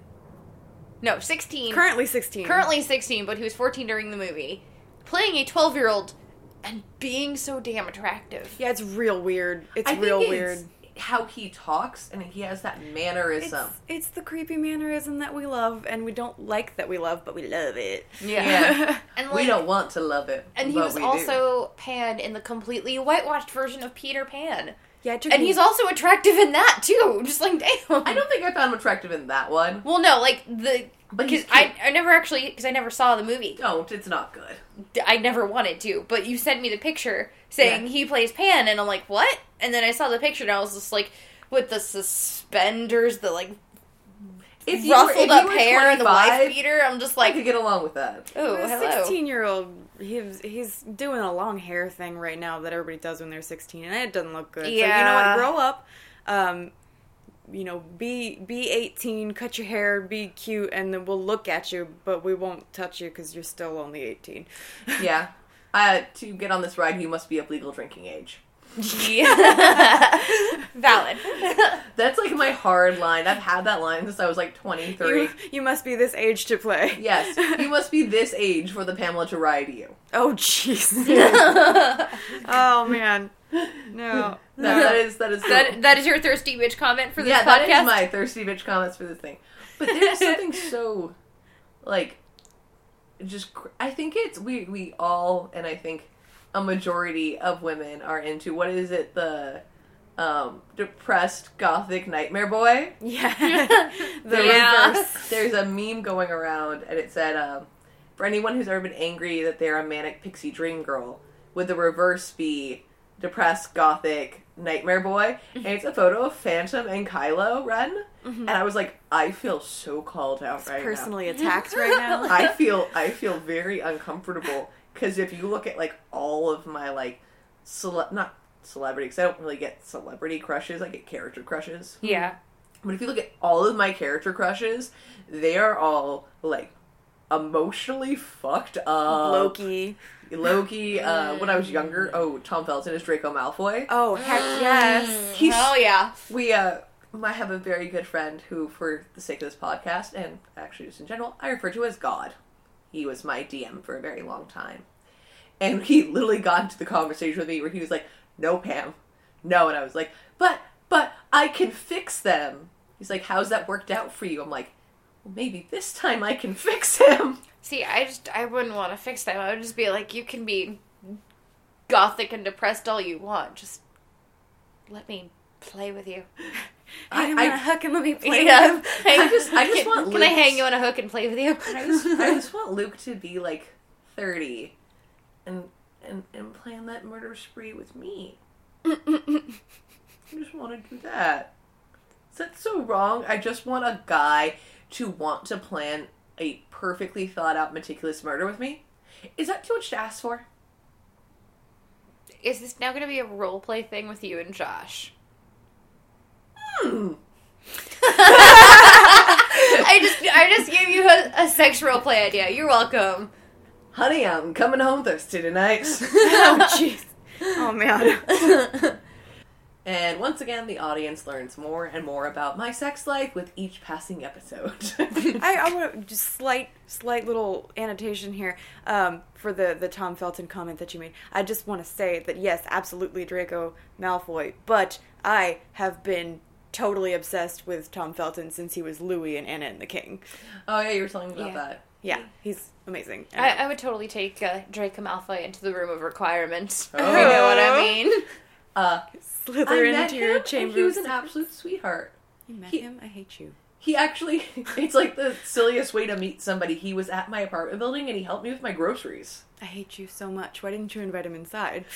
[SPEAKER 6] no, 16,
[SPEAKER 3] Currently 16.
[SPEAKER 6] currently 16, but he was 14 during the movie, playing a 12 year old and being so damn attractive.
[SPEAKER 3] Yeah, it's real weird. It's
[SPEAKER 5] I think
[SPEAKER 3] real
[SPEAKER 5] it's
[SPEAKER 3] weird.
[SPEAKER 5] How he talks and he has that
[SPEAKER 3] It's,
[SPEAKER 5] mannerism.
[SPEAKER 3] it's the creepy mannerism that we love and we don't like that we love, but we love it.
[SPEAKER 5] Yeah.
[SPEAKER 6] And
[SPEAKER 5] we
[SPEAKER 6] like,
[SPEAKER 5] don't want to love it,
[SPEAKER 6] and he
[SPEAKER 5] but
[SPEAKER 6] was
[SPEAKER 5] we do.
[SPEAKER 6] also Pan in the completely whitewashed version of Peter Pan.
[SPEAKER 3] [LAUGHS] yeah, it took
[SPEAKER 6] And
[SPEAKER 3] me-
[SPEAKER 6] he's also attractive in that too. Just like damn.
[SPEAKER 5] Mm-hmm. I don't think I found him attractive in that one.
[SPEAKER 6] Well, no, like the
[SPEAKER 5] But
[SPEAKER 6] because
[SPEAKER 5] he's
[SPEAKER 6] I
[SPEAKER 5] cute.
[SPEAKER 6] I never actually because I never saw the movie.
[SPEAKER 5] Don't. It's not good.
[SPEAKER 6] D- I never wanted to, but you sent me the picture saying he plays Pan, and I'm like, what? And then I saw the picture, and I was just like, with the suspenders, the like
[SPEAKER 5] If you were, if
[SPEAKER 6] ruffled
[SPEAKER 5] you
[SPEAKER 6] up
[SPEAKER 5] were
[SPEAKER 6] hair, and the
[SPEAKER 5] 25,
[SPEAKER 6] wife beater, I'm just
[SPEAKER 5] I could
[SPEAKER 6] like,
[SPEAKER 5] get along with that.
[SPEAKER 6] oh
[SPEAKER 5] [LAUGHS]
[SPEAKER 3] The
[SPEAKER 6] hello.
[SPEAKER 3] 16 year old, he's, he's doing a long hair thing right now that everybody does when they're 16, and it doesn't look good.
[SPEAKER 6] Yeah.
[SPEAKER 3] So, you know what? Grow up. Um, you know, be be 18, cut your hair, be cute, and then we'll look at you, but we won't touch you because you're still only 18. [LAUGHS]
[SPEAKER 5] Yeah. Uh, to get on this ride, you must be of legal drinking age.
[SPEAKER 6] Yeah. [LAUGHS]
[SPEAKER 5] [LAUGHS]
[SPEAKER 6] Valid.
[SPEAKER 5] That's like my hard line. I've had that line since I was like 23.
[SPEAKER 3] You, you must be this age to play. [LAUGHS]
[SPEAKER 6] [LAUGHS]
[SPEAKER 5] Yes, you must be this age for the Pamela to ride you.
[SPEAKER 3] Oh, jeez.
[SPEAKER 5] [LAUGHS]
[SPEAKER 3] oh, man. No.
[SPEAKER 5] That, that is that is
[SPEAKER 6] that that is your thirsty bitch comment for this
[SPEAKER 5] yeah.
[SPEAKER 6] podcast.
[SPEAKER 5] That is my thirsty bitch comments for this thing. But
[SPEAKER 6] [LAUGHS]
[SPEAKER 5] there's something so like just cr- I think it's we we all and I think a majority of women are into what is it the um depressed gothic nightmare boy [LAUGHS]
[SPEAKER 3] Yeah. the
[SPEAKER 6] Yeah.
[SPEAKER 3] reverse.
[SPEAKER 5] There's a meme going around, and it said, um, "For anyone who's ever been angry that they're a manic pixie dream girl, would the reverse be depressed gothic nightmare boy?" And it's a photo of Phantom and Kylo Ren,
[SPEAKER 3] Mm-hmm.
[SPEAKER 5] and I was like, "I feel so called out right
[SPEAKER 3] Personally attacked right
[SPEAKER 5] [LAUGHS]
[SPEAKER 3] now.
[SPEAKER 5] now. I feel I feel very uncomfortable because if you look at like all of my like cele- not celebrity because I don't really get celebrity crushes, I get character crushes.
[SPEAKER 6] yeah.
[SPEAKER 5] But if you look at all of my character crushes, they are all like emotionally fucked up.
[SPEAKER 3] Loki.
[SPEAKER 5] Loki. Uh, when I was younger, oh, Tom Felton is Draco Malfoy.
[SPEAKER 3] Oh,
[SPEAKER 5] [GASPS]
[SPEAKER 3] heck yes.
[SPEAKER 5] He's-
[SPEAKER 6] oh yeah.
[SPEAKER 5] We uh, I have a very good friend who, for the sake of this podcast and actually just in general, I refer to as God. He was my DM for a very long time, and he literally got into the conversation with me where he was like, "No, Pam, no," and I was like, "But, but I can fix them." He's like, "How's that worked out for you?" I'm like, "Well, maybe this time I can fix him."
[SPEAKER 6] See, I just I wouldn't want to fix them. I would just be like, you can be gothic and depressed all you want. Just let me play with you.
[SPEAKER 3] I,
[SPEAKER 5] I-
[SPEAKER 3] I, I hook and let me play [LAUGHS]
[SPEAKER 6] Yeah.
[SPEAKER 5] [LAUGHS] I just- I just
[SPEAKER 6] can,
[SPEAKER 5] want
[SPEAKER 6] Can I hang
[SPEAKER 5] Luke's-
[SPEAKER 6] you on a hook and play with you?
[SPEAKER 5] I just, I just want Luke to be like 30 and and and plan that murder spree with [LAUGHS] me. I just want to do that. Is that so wrong? I just want a guy to want to plan a perfectly thought out, meticulous murder with me. Is that too much to ask for?
[SPEAKER 6] [LAUGHS] Is this now going to be a role play thing with you and
[SPEAKER 5] [LAUGHS]
[SPEAKER 6] Josh?
[SPEAKER 5] Hmm.
[SPEAKER 6] I just I just gave you a, a sex role play idea. You're welcome.
[SPEAKER 5] Honey, I'm coming home thirsty tonight. [LAUGHS]
[SPEAKER 3] Oh, jeez. Oh, man.
[SPEAKER 5] and once again, the audience learns more and more about my sex life with each passing episode.
[SPEAKER 3] [LAUGHS]
[SPEAKER 5] [LAUGHS]
[SPEAKER 3] I, I want to just slight, slight little annotation here um, for the the Tom Felton comment that you made. I just want to say that yes, absolutely Draco Malfoy, but I have been totally obsessed with Tom Felton since he was Louis in Anna and the King.
[SPEAKER 5] Oh yeah, you were telling me about
[SPEAKER 6] Yeah.
[SPEAKER 5] that.
[SPEAKER 3] Yeah, he's amazing.
[SPEAKER 6] I, I would totally take uh, Draco Malfoy into the room of requirements.
[SPEAKER 5] Oh.
[SPEAKER 6] [LAUGHS] You know what I mean?
[SPEAKER 5] Uh,
[SPEAKER 3] slither
[SPEAKER 5] I met
[SPEAKER 3] into your
[SPEAKER 5] him,
[SPEAKER 3] chamber.
[SPEAKER 5] And he was an absolute sweetheart.
[SPEAKER 3] you met
[SPEAKER 5] he-
[SPEAKER 3] him. I hate you.
[SPEAKER 5] He actually, [LAUGHS] it's like the silliest way to meet somebody. He was at my apartment building and he helped me with my groceries.
[SPEAKER 3] I hate you so much. Why didn't you invite him inside?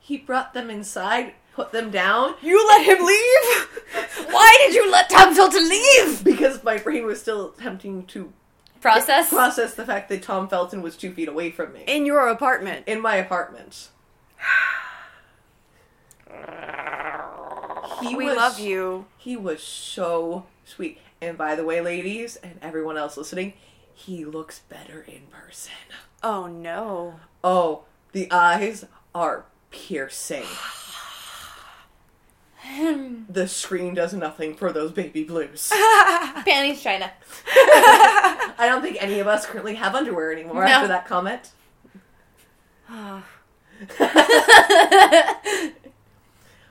[SPEAKER 5] He brought them inside, put them down, [LAUGHS]
[SPEAKER 3] You let him leave.
[SPEAKER 6] Why did you let Tom Felton leave?
[SPEAKER 5] because my brain was still attempting to
[SPEAKER 6] Process.
[SPEAKER 5] process the fact that Tom Felton was two feet away from me
[SPEAKER 3] in your apartment.
[SPEAKER 5] in my apartment. He
[SPEAKER 3] we
[SPEAKER 5] was-
[SPEAKER 3] love you.
[SPEAKER 5] He was so sweet. And by the way, ladies and everyone else listening, he looks better in person.
[SPEAKER 3] Oh no.
[SPEAKER 5] Oh, the eyes are piercing. the screen does nothing for those baby blues.
[SPEAKER 6] Panties China. [LAUGHS]
[SPEAKER 5] I don't think any of us currently have underwear anymore after that comment.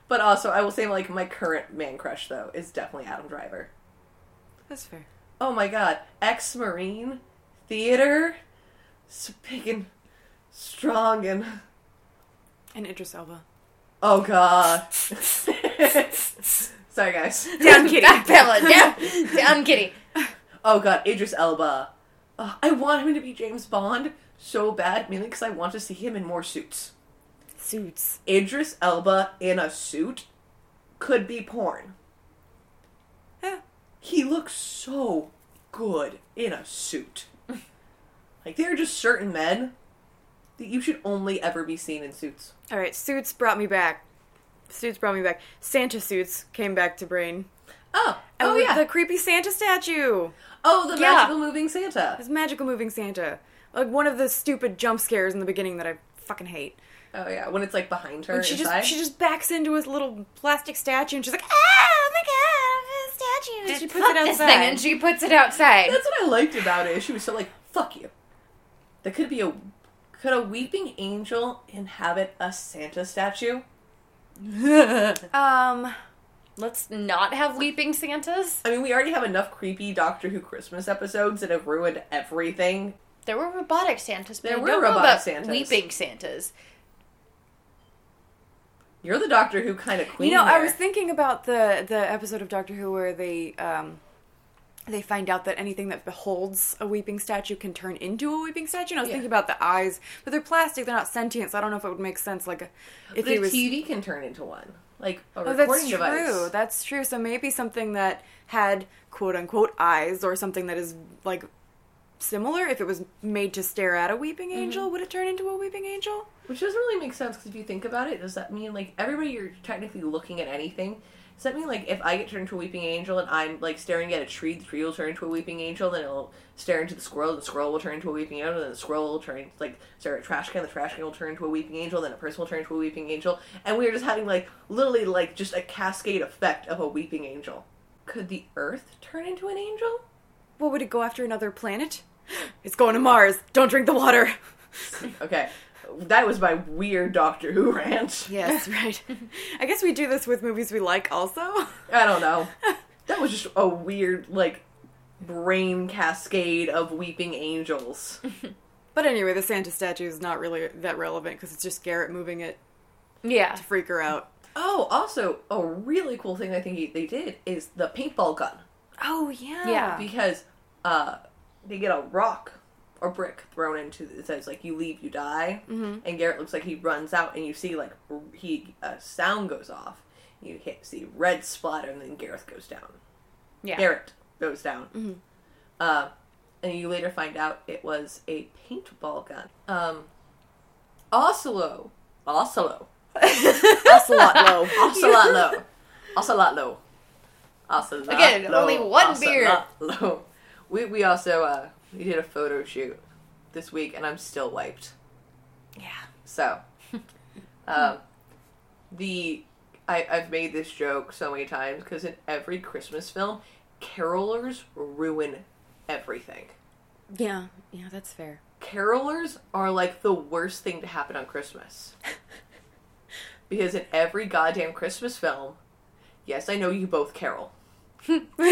[SPEAKER 5] But also, I will say, like, my current man crush, though, is definitely Adam Driver.
[SPEAKER 3] That's fair.
[SPEAKER 5] Oh my god. Ex Marine, theater, s- big and strong and.
[SPEAKER 3] And Idris Elba.
[SPEAKER 5] Oh god. [LAUGHS] Sorry, guys.
[SPEAKER 3] Down, kitty.
[SPEAKER 6] Back Pamela, [LAUGHS] down. Down, kitty.
[SPEAKER 5] Oh god, Idris Elba. Ugh, I want him to be James Bond so bad, mainly because I want to see him in more suits.
[SPEAKER 3] Suits.
[SPEAKER 5] Idris Elba in a suit could be porn.
[SPEAKER 3] Yeah.
[SPEAKER 5] He looks so good in a [LAUGHS] suit. like there are just certain men that you should only ever be seen in suits.
[SPEAKER 3] All right. Suits brought me back. Suits brought me back. Santa suits came back to brain.
[SPEAKER 5] Oh,
[SPEAKER 3] And
[SPEAKER 5] oh
[SPEAKER 3] with
[SPEAKER 5] yeah.
[SPEAKER 3] The creepy Santa statue.
[SPEAKER 5] oh, the
[SPEAKER 6] Yeah.
[SPEAKER 5] magical moving Santa.
[SPEAKER 3] It's magical moving Santa. Like one of the stupid jump scares in the beginning that I fucking hate.
[SPEAKER 5] Oh yeah, when it's like behind her
[SPEAKER 3] And she
[SPEAKER 5] inside.
[SPEAKER 3] just she just backs into his little plastic statue and she's like, ah, oh my god, I have a statue. And she puts
[SPEAKER 6] Fuck
[SPEAKER 3] it
[SPEAKER 6] this thing,
[SPEAKER 3] outside.
[SPEAKER 6] and she puts it outside.
[SPEAKER 5] That's what I liked about it. is She was so like, "Fuck you." That could be a could a weeping angel inhabit a Santa statue?
[SPEAKER 3] [LAUGHS] um,
[SPEAKER 6] Let's not have leaping Santas.
[SPEAKER 5] I mean, we already have enough creepy Doctor Who Christmas episodes that have ruined everything.
[SPEAKER 6] There were robotic Santas, but
[SPEAKER 5] There
[SPEAKER 6] I
[SPEAKER 5] were
[SPEAKER 6] don't know
[SPEAKER 5] robotic
[SPEAKER 6] about
[SPEAKER 5] Santas.
[SPEAKER 6] leaping Santas.
[SPEAKER 5] You're the Doctor Who kind of queen.
[SPEAKER 3] you know, I
[SPEAKER 5] there.
[SPEAKER 3] was thinking about the the episode of Doctor Who where they um they find out that anything that beholds a weeping statue can turn into a weeping statue. And I was thinking about the eyes, but they're plastic; they're not sentient, so I don't know if it would make sense. Like, if
[SPEAKER 5] the
[SPEAKER 3] it was
[SPEAKER 5] TV can turn into one, like a
[SPEAKER 3] Oh,
[SPEAKER 5] recording
[SPEAKER 3] that's
[SPEAKER 5] device.
[SPEAKER 3] true. That's true. So maybe something that had quote unquote eyes or something that is like similar, if it was made to stare at a weeping angel, would it turn into a weeping angel?
[SPEAKER 5] Which doesn't really make sense because if you think about it, does that mean like everybody you're technically looking at anything? Does that mean like if I get turned into a weeping angel and I'm like staring at a tree, the tree will turn into a weeping angel, then it'll stare into the squirrel, the squirrel will turn into a weeping angel, then the squirrel will turn like stare at a trash can, the trash can will turn into a weeping angel, then a person will turn into a weeping angel, and we are just having like literally like just a cascade effect of a weeping angel. Could the Earth turn into an angel?
[SPEAKER 3] What would it go after another planet? [GASPS] It's going to Mars. Don't drink the water. [LAUGHS]
[SPEAKER 5] Okay, that was my weird Doctor Who [LAUGHS] rant.
[SPEAKER 3] [LAUGHS] Yes, right. I guess we do this with movies we like also. [LAUGHS]
[SPEAKER 5] I don't know. [LAUGHS] That was just a weird, like, brain cascade of weeping angels.
[SPEAKER 3] But anyway, the Santa statue is not really that relevant because it's just Garrett moving it
[SPEAKER 6] Yeah.
[SPEAKER 3] to freak her out.
[SPEAKER 5] [LAUGHS] Oh, also, a really cool thing I think they did is the paintball gun.
[SPEAKER 3] Oh, yeah.
[SPEAKER 6] Yeah.
[SPEAKER 5] Because uh, they get a rock or brick thrown into it says, like, you leave, you die. Mm-hmm. And Garrett looks like he runs out, and you see, like, r- he, a sound goes off. You hit, see red splatter, and then Gareth goes down.
[SPEAKER 6] Yeah. Mm-hmm.
[SPEAKER 5] Garrett goes down. Uh, and you later find out it was a paintball gun. Um, Oslo. Oslo.
[SPEAKER 3] Ocelot low.
[SPEAKER 5] Ocelotlo. Ocelotlo. Ocelotlo.
[SPEAKER 6] Again, only one beer.
[SPEAKER 5] Ocelotlo. We, we also, uh, we did a photo shoot this week, and I'm still wiped.
[SPEAKER 6] Yeah. [LAUGHS]
[SPEAKER 5] So, um, the I, I've made this joke so many times because in every Christmas film, carolers ruin everything.
[SPEAKER 3] Yeah. Yeah, that's [LAUGHS] fair.
[SPEAKER 5] Carolers are like the worst thing to happen on Christmas. because in every goddamn Christmas film, yes, I know you both carol.
[SPEAKER 3] [LAUGHS] We're over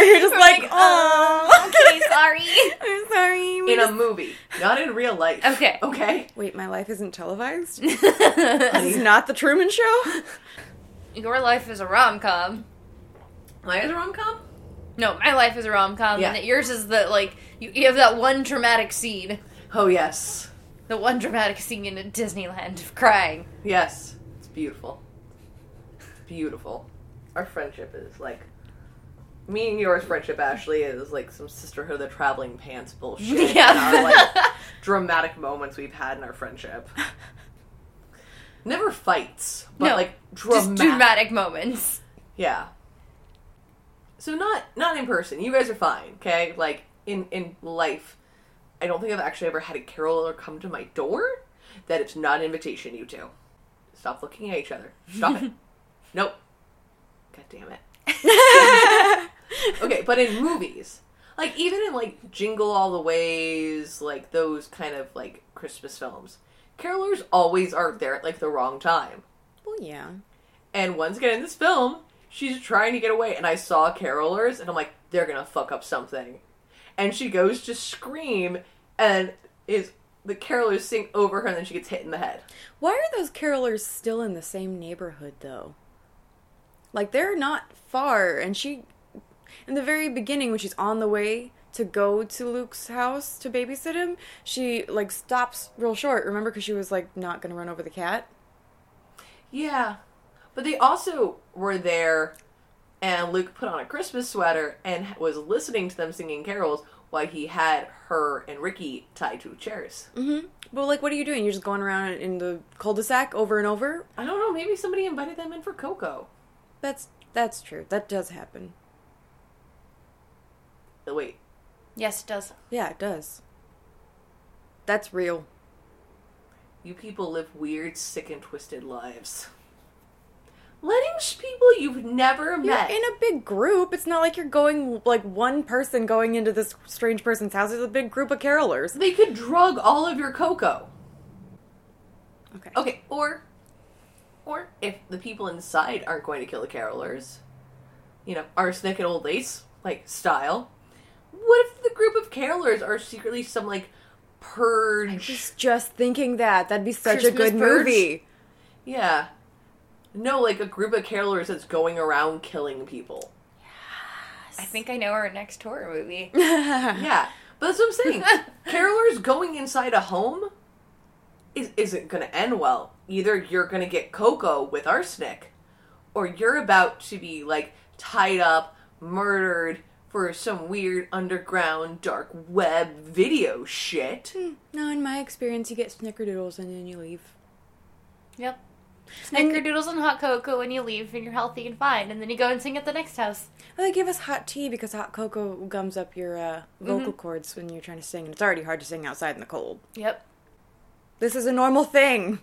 [SPEAKER 3] here just like,
[SPEAKER 6] like,
[SPEAKER 3] oh.
[SPEAKER 6] Okay, sorry.
[SPEAKER 3] [LAUGHS]
[SPEAKER 5] movie, not in real life.
[SPEAKER 6] Okay.
[SPEAKER 5] Okay.
[SPEAKER 3] Wait, my life isn't televised? this is not the Truman Show?
[SPEAKER 6] [LAUGHS] Your life is a rom com.
[SPEAKER 5] Why is a rom com?
[SPEAKER 6] No, my life is a rom com,
[SPEAKER 5] Yeah.
[SPEAKER 6] and that yours is the like you, you have that one dramatic scene,
[SPEAKER 5] Oh yes,
[SPEAKER 6] the one dramatic scene in Disneyland of crying.
[SPEAKER 5] yes. It's beautiful. Beautiful. Our friendship is like me and yours. Friendship, Ashley, is like some sisterhood of the traveling pants
[SPEAKER 6] [LAUGHS]
[SPEAKER 5] bullshit.
[SPEAKER 6] Yeah.
[SPEAKER 5] And our, like, dramatic moments we've had in our
[SPEAKER 6] [LAUGHS]
[SPEAKER 5] friendship. Never fights, but
[SPEAKER 6] No,
[SPEAKER 5] like
[SPEAKER 6] Just
[SPEAKER 5] dramatic.
[SPEAKER 6] dramatic moments.
[SPEAKER 5] Yeah. So not not in person. You guys are fine, okay? Like in in life, I don't think I've actually ever had a caroler come to my door that it's not an invitation. You two, stop looking at each other. Stop it. Nope. God damn it. okay, but in movies, like even in like Jingle All the Ways, like those kind of like Christmas films, carolers always are there at like the wrong time.
[SPEAKER 3] Well, yeah.
[SPEAKER 5] And once again, in this film, she's trying to get away, and I saw carolers, and I'm like, they're gonna fuck up something. And she goes to scream, and is the carolers sing over her, and then she gets hit in the head.
[SPEAKER 3] Why are those carolers still in the same neighborhood, though? Like, they're not far, and she. In the very beginning, when she's on the way to go to Luke's house to babysit him, she, like, stops real short, remember? Because she was, like, not gonna run over the cat?
[SPEAKER 5] Yeah, but they also were there, and Luke put on a Christmas sweater and was listening to them singing carols while he had her and Ricky tied to chairs.
[SPEAKER 3] But, like, what are you doing? You're just going around in the cul de sac over and over?
[SPEAKER 5] I don't know. Maybe somebody invited them in for Coco.
[SPEAKER 3] That's. That's true. That does happen.
[SPEAKER 5] Oh, Wait,
[SPEAKER 6] Yes, it does.
[SPEAKER 3] Yeah, it does. That's real.
[SPEAKER 5] You people live weird, sick, and twisted lives. Letting sh- people you've never met.
[SPEAKER 3] You're in a big group. It's not like you're going like one person going into this strange person's house. It's a big group of carolers.
[SPEAKER 5] they could drug all of your cocoa.
[SPEAKER 3] Okay.
[SPEAKER 5] Okay, or, or if the people inside aren't going to kill the carolers, you know, arsenic and old lace like style. What if the group of carolers are secretly some like
[SPEAKER 3] I
[SPEAKER 5] purge?
[SPEAKER 3] was just thinking that. That'd be such a
[SPEAKER 5] Christmas
[SPEAKER 3] good
[SPEAKER 5] purge.
[SPEAKER 3] movie.
[SPEAKER 5] Yeah, no, like a group of carolers that's going around killing people.
[SPEAKER 6] I think I know our next horror movie.
[SPEAKER 5] Yeah, but that's what I'm saying. Carolers going inside a home is, isn't going to end well. Either you're going to get cocoa with arsenic, or you're about to be like tied up, murdered for some weird underground dark web video shit.
[SPEAKER 3] [LAUGHS] No, in my experience, you get snickerdoodles and then you leave.
[SPEAKER 6] [LAUGHS] yep. Snickerdoodles and hot cocoa when you leave and you're healthy and fine, and then you go and sing at the next house.
[SPEAKER 3] Oh, they give us hot tea because hot cocoa gums up your uh, vocal cords when you're trying to sing, and it's already hard to sing outside in the cold.
[SPEAKER 6] Yep.
[SPEAKER 3] This is a normal thing.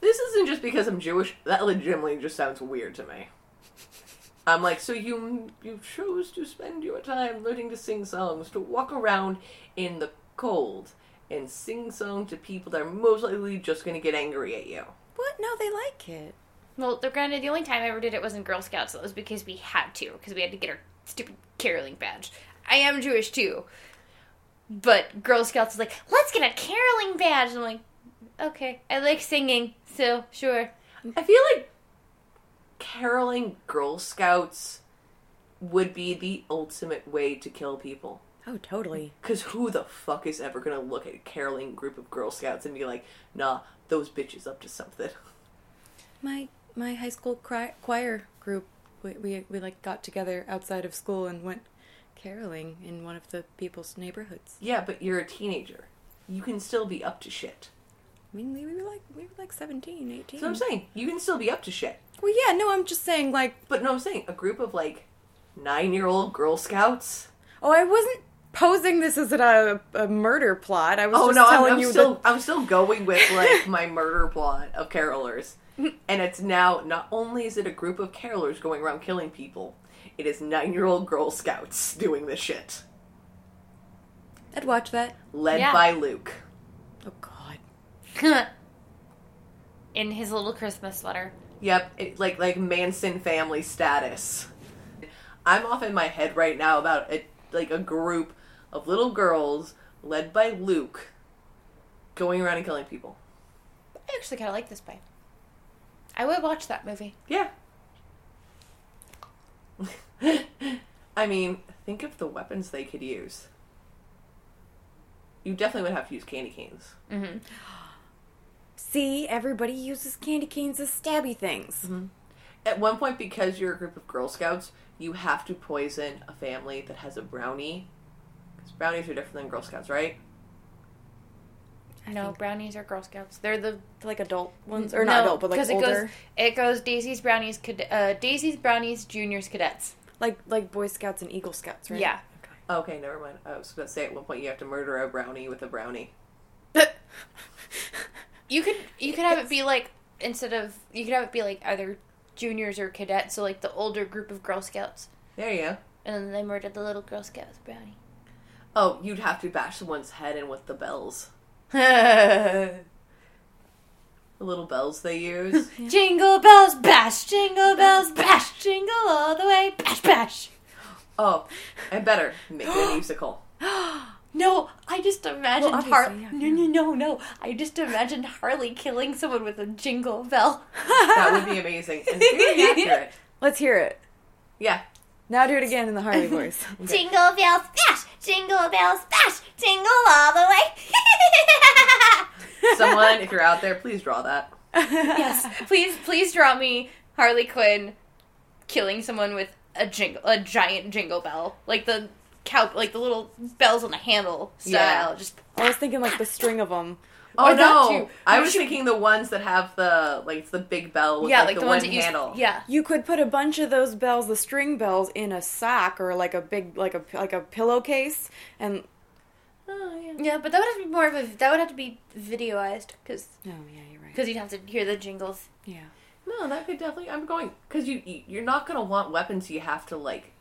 [SPEAKER 5] This isn't just because I'm Jewish. That legitimately just sounds weird to me. I'm like, so you you chose to spend your time learning to sing songs, to walk around in the cold and sing songs to people that are most likely just going to get angry at you.
[SPEAKER 3] What? No, they like it.
[SPEAKER 6] Well, the, granted, the only time I ever did it was in Girl Scouts. It was because we had to, because we had to get our stupid caroling badge. I am Jewish too, but Girl Scouts is like, let's get a caroling badge. I'm like, okay, I like singing, so sure. [LAUGHS]
[SPEAKER 5] I feel like caroling Girl Scouts would be the ultimate way to kill people.
[SPEAKER 3] Oh, totally.
[SPEAKER 5] Because who the fuck is ever going to look at a caroling group of Girl Scouts and be like, nah, those bitches up to something? [LAUGHS]
[SPEAKER 3] My my high school cri- choir group we, we we like got together outside of school and went caroling in one of the people's neighborhoods.
[SPEAKER 5] Yeah, but you're a teenager. You can still be up to shit.
[SPEAKER 3] I mean, we were like we were like 17, 18.
[SPEAKER 5] That's what I'm saying. You can still be up to shit.
[SPEAKER 3] Well, yeah, no, I'm just saying like
[SPEAKER 5] But no, I'm saying a group of like nine year old Girl Scouts.
[SPEAKER 3] oh, I wasn't posing this as a, a murder plot. I was
[SPEAKER 5] Oh
[SPEAKER 3] just
[SPEAKER 5] no, I'm,
[SPEAKER 3] telling
[SPEAKER 5] I'm
[SPEAKER 3] you
[SPEAKER 5] still
[SPEAKER 3] that
[SPEAKER 5] I'm still going with like my murder plot of
[SPEAKER 3] [LAUGHS]
[SPEAKER 5] carolers, and it's now not only is it a group of carolers going around killing people, it is nine year old Girl Scouts doing this shit,
[SPEAKER 3] I'd watch that.
[SPEAKER 5] led
[SPEAKER 6] Yeah.
[SPEAKER 5] by Luke.
[SPEAKER 3] Oh god.
[SPEAKER 6] In his little Christmas sweater.
[SPEAKER 5] Yep, it, like like Manson family status. I'm off in my head right now about a, like a group of little girls led by Luke going around and killing people.
[SPEAKER 6] I actually kind of like this play. I would watch that movie.
[SPEAKER 5] Yeah. [LAUGHS] I mean, think of the weapons they could use. You definitely would have to use candy canes.
[SPEAKER 3] See, everybody uses candy canes as stabby things.
[SPEAKER 5] At one point, because you're a group of Girl Scouts, you have to poison a family that has a brownie. Because brownies are different than Girl Scouts, right?
[SPEAKER 6] No, brownies are Girl Scouts. They're the
[SPEAKER 3] Like adult ones, or not adult, but like
[SPEAKER 6] 'cause
[SPEAKER 3] older,
[SPEAKER 6] It goes, it goes Daisy's brownies, Cad- uh, Daisy's brownies, juniors, cadets.
[SPEAKER 3] like like Boy Scouts and Eagle Scouts, right?
[SPEAKER 6] Yeah.
[SPEAKER 5] Okay, never mind. I was about to say at one point you have to murder a brownie with a brownie.
[SPEAKER 6] You could you could have it be like instead of you could have it be like either juniors or cadets, so like the older group of Girl Scouts,
[SPEAKER 5] There you go.
[SPEAKER 6] and then they murdered the little Girl Scouts
[SPEAKER 3] [LAUGHS]
[SPEAKER 6] brownie.
[SPEAKER 5] Oh, you'd have to bash someone's head in with the bells. The little bells they
[SPEAKER 6] [LAUGHS]
[SPEAKER 5] use.
[SPEAKER 6] Jingle bells, bash! Jingle bells, bash! Jingle all the way, bash, bash!
[SPEAKER 5] oh, and better, make it a
[SPEAKER 6] [GASPS]
[SPEAKER 5] musical.
[SPEAKER 6] No, I just imagined
[SPEAKER 3] Well,
[SPEAKER 6] Har-
[SPEAKER 3] obviously, yeah,
[SPEAKER 6] no, no, no, no. I just imagined Harley killing someone with a jingle bell.
[SPEAKER 5] That
[SPEAKER 6] [LAUGHS]
[SPEAKER 5] would be amazing and very accurate.
[SPEAKER 3] Let's hear it.
[SPEAKER 5] Yeah.
[SPEAKER 3] Now do it again in the Harley voice.
[SPEAKER 6] Jingle bell splash, jingle bell splash, jingle all the way. [LAUGHS]
[SPEAKER 3] [LAUGHS]
[SPEAKER 5] Someone, if you're out there, please draw that.
[SPEAKER 6] yes, please, please draw me Harley Quinn killing someone with a jingle, a giant jingle bell, like the cow, like the little bells on the handle style.
[SPEAKER 5] Yeah.
[SPEAKER 6] Just
[SPEAKER 3] I was thinking like the string of them.
[SPEAKER 5] Oh
[SPEAKER 6] that
[SPEAKER 5] no!
[SPEAKER 6] too.
[SPEAKER 5] I was thinking the ones that have the like it's the big bell with
[SPEAKER 6] yeah,
[SPEAKER 5] like,
[SPEAKER 6] like
[SPEAKER 5] the,
[SPEAKER 6] the,
[SPEAKER 5] one
[SPEAKER 6] ones that you
[SPEAKER 5] handle.
[SPEAKER 6] yeah.
[SPEAKER 3] You could put a bunch of those bells, the string bells, in a sack or like a big like a like a pillowcase, and
[SPEAKER 5] Oh, yeah.
[SPEAKER 6] Yeah, but that would have to be more of a that would have to be videoized because
[SPEAKER 3] oh yeah, you're right.
[SPEAKER 6] because you'd have to hear the jingles.
[SPEAKER 3] Yeah,
[SPEAKER 5] No, that could definitely. I'm going because you you- you're not gonna want weapons you have to like.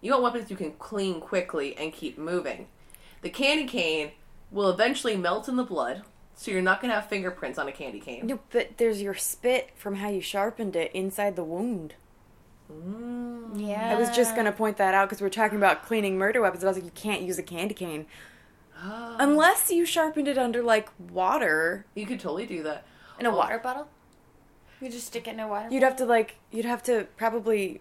[SPEAKER 5] You want weapons you can clean quickly and keep moving. The candy cane will eventually melt in the blood, so you're not gonna have fingerprints on a candy cane.
[SPEAKER 3] no, but there's your spit from how you sharpened it inside the wound. I
[SPEAKER 6] Yeah,
[SPEAKER 3] was just gonna point that out because we're talking about cleaning murder weapons. And I was like, you can't use a candy cane unless you sharpened it under like water.
[SPEAKER 5] Ah, You could totally do that.
[SPEAKER 6] in a water bottle. You just stick it in a water.
[SPEAKER 3] You'd have to like you'd have to probably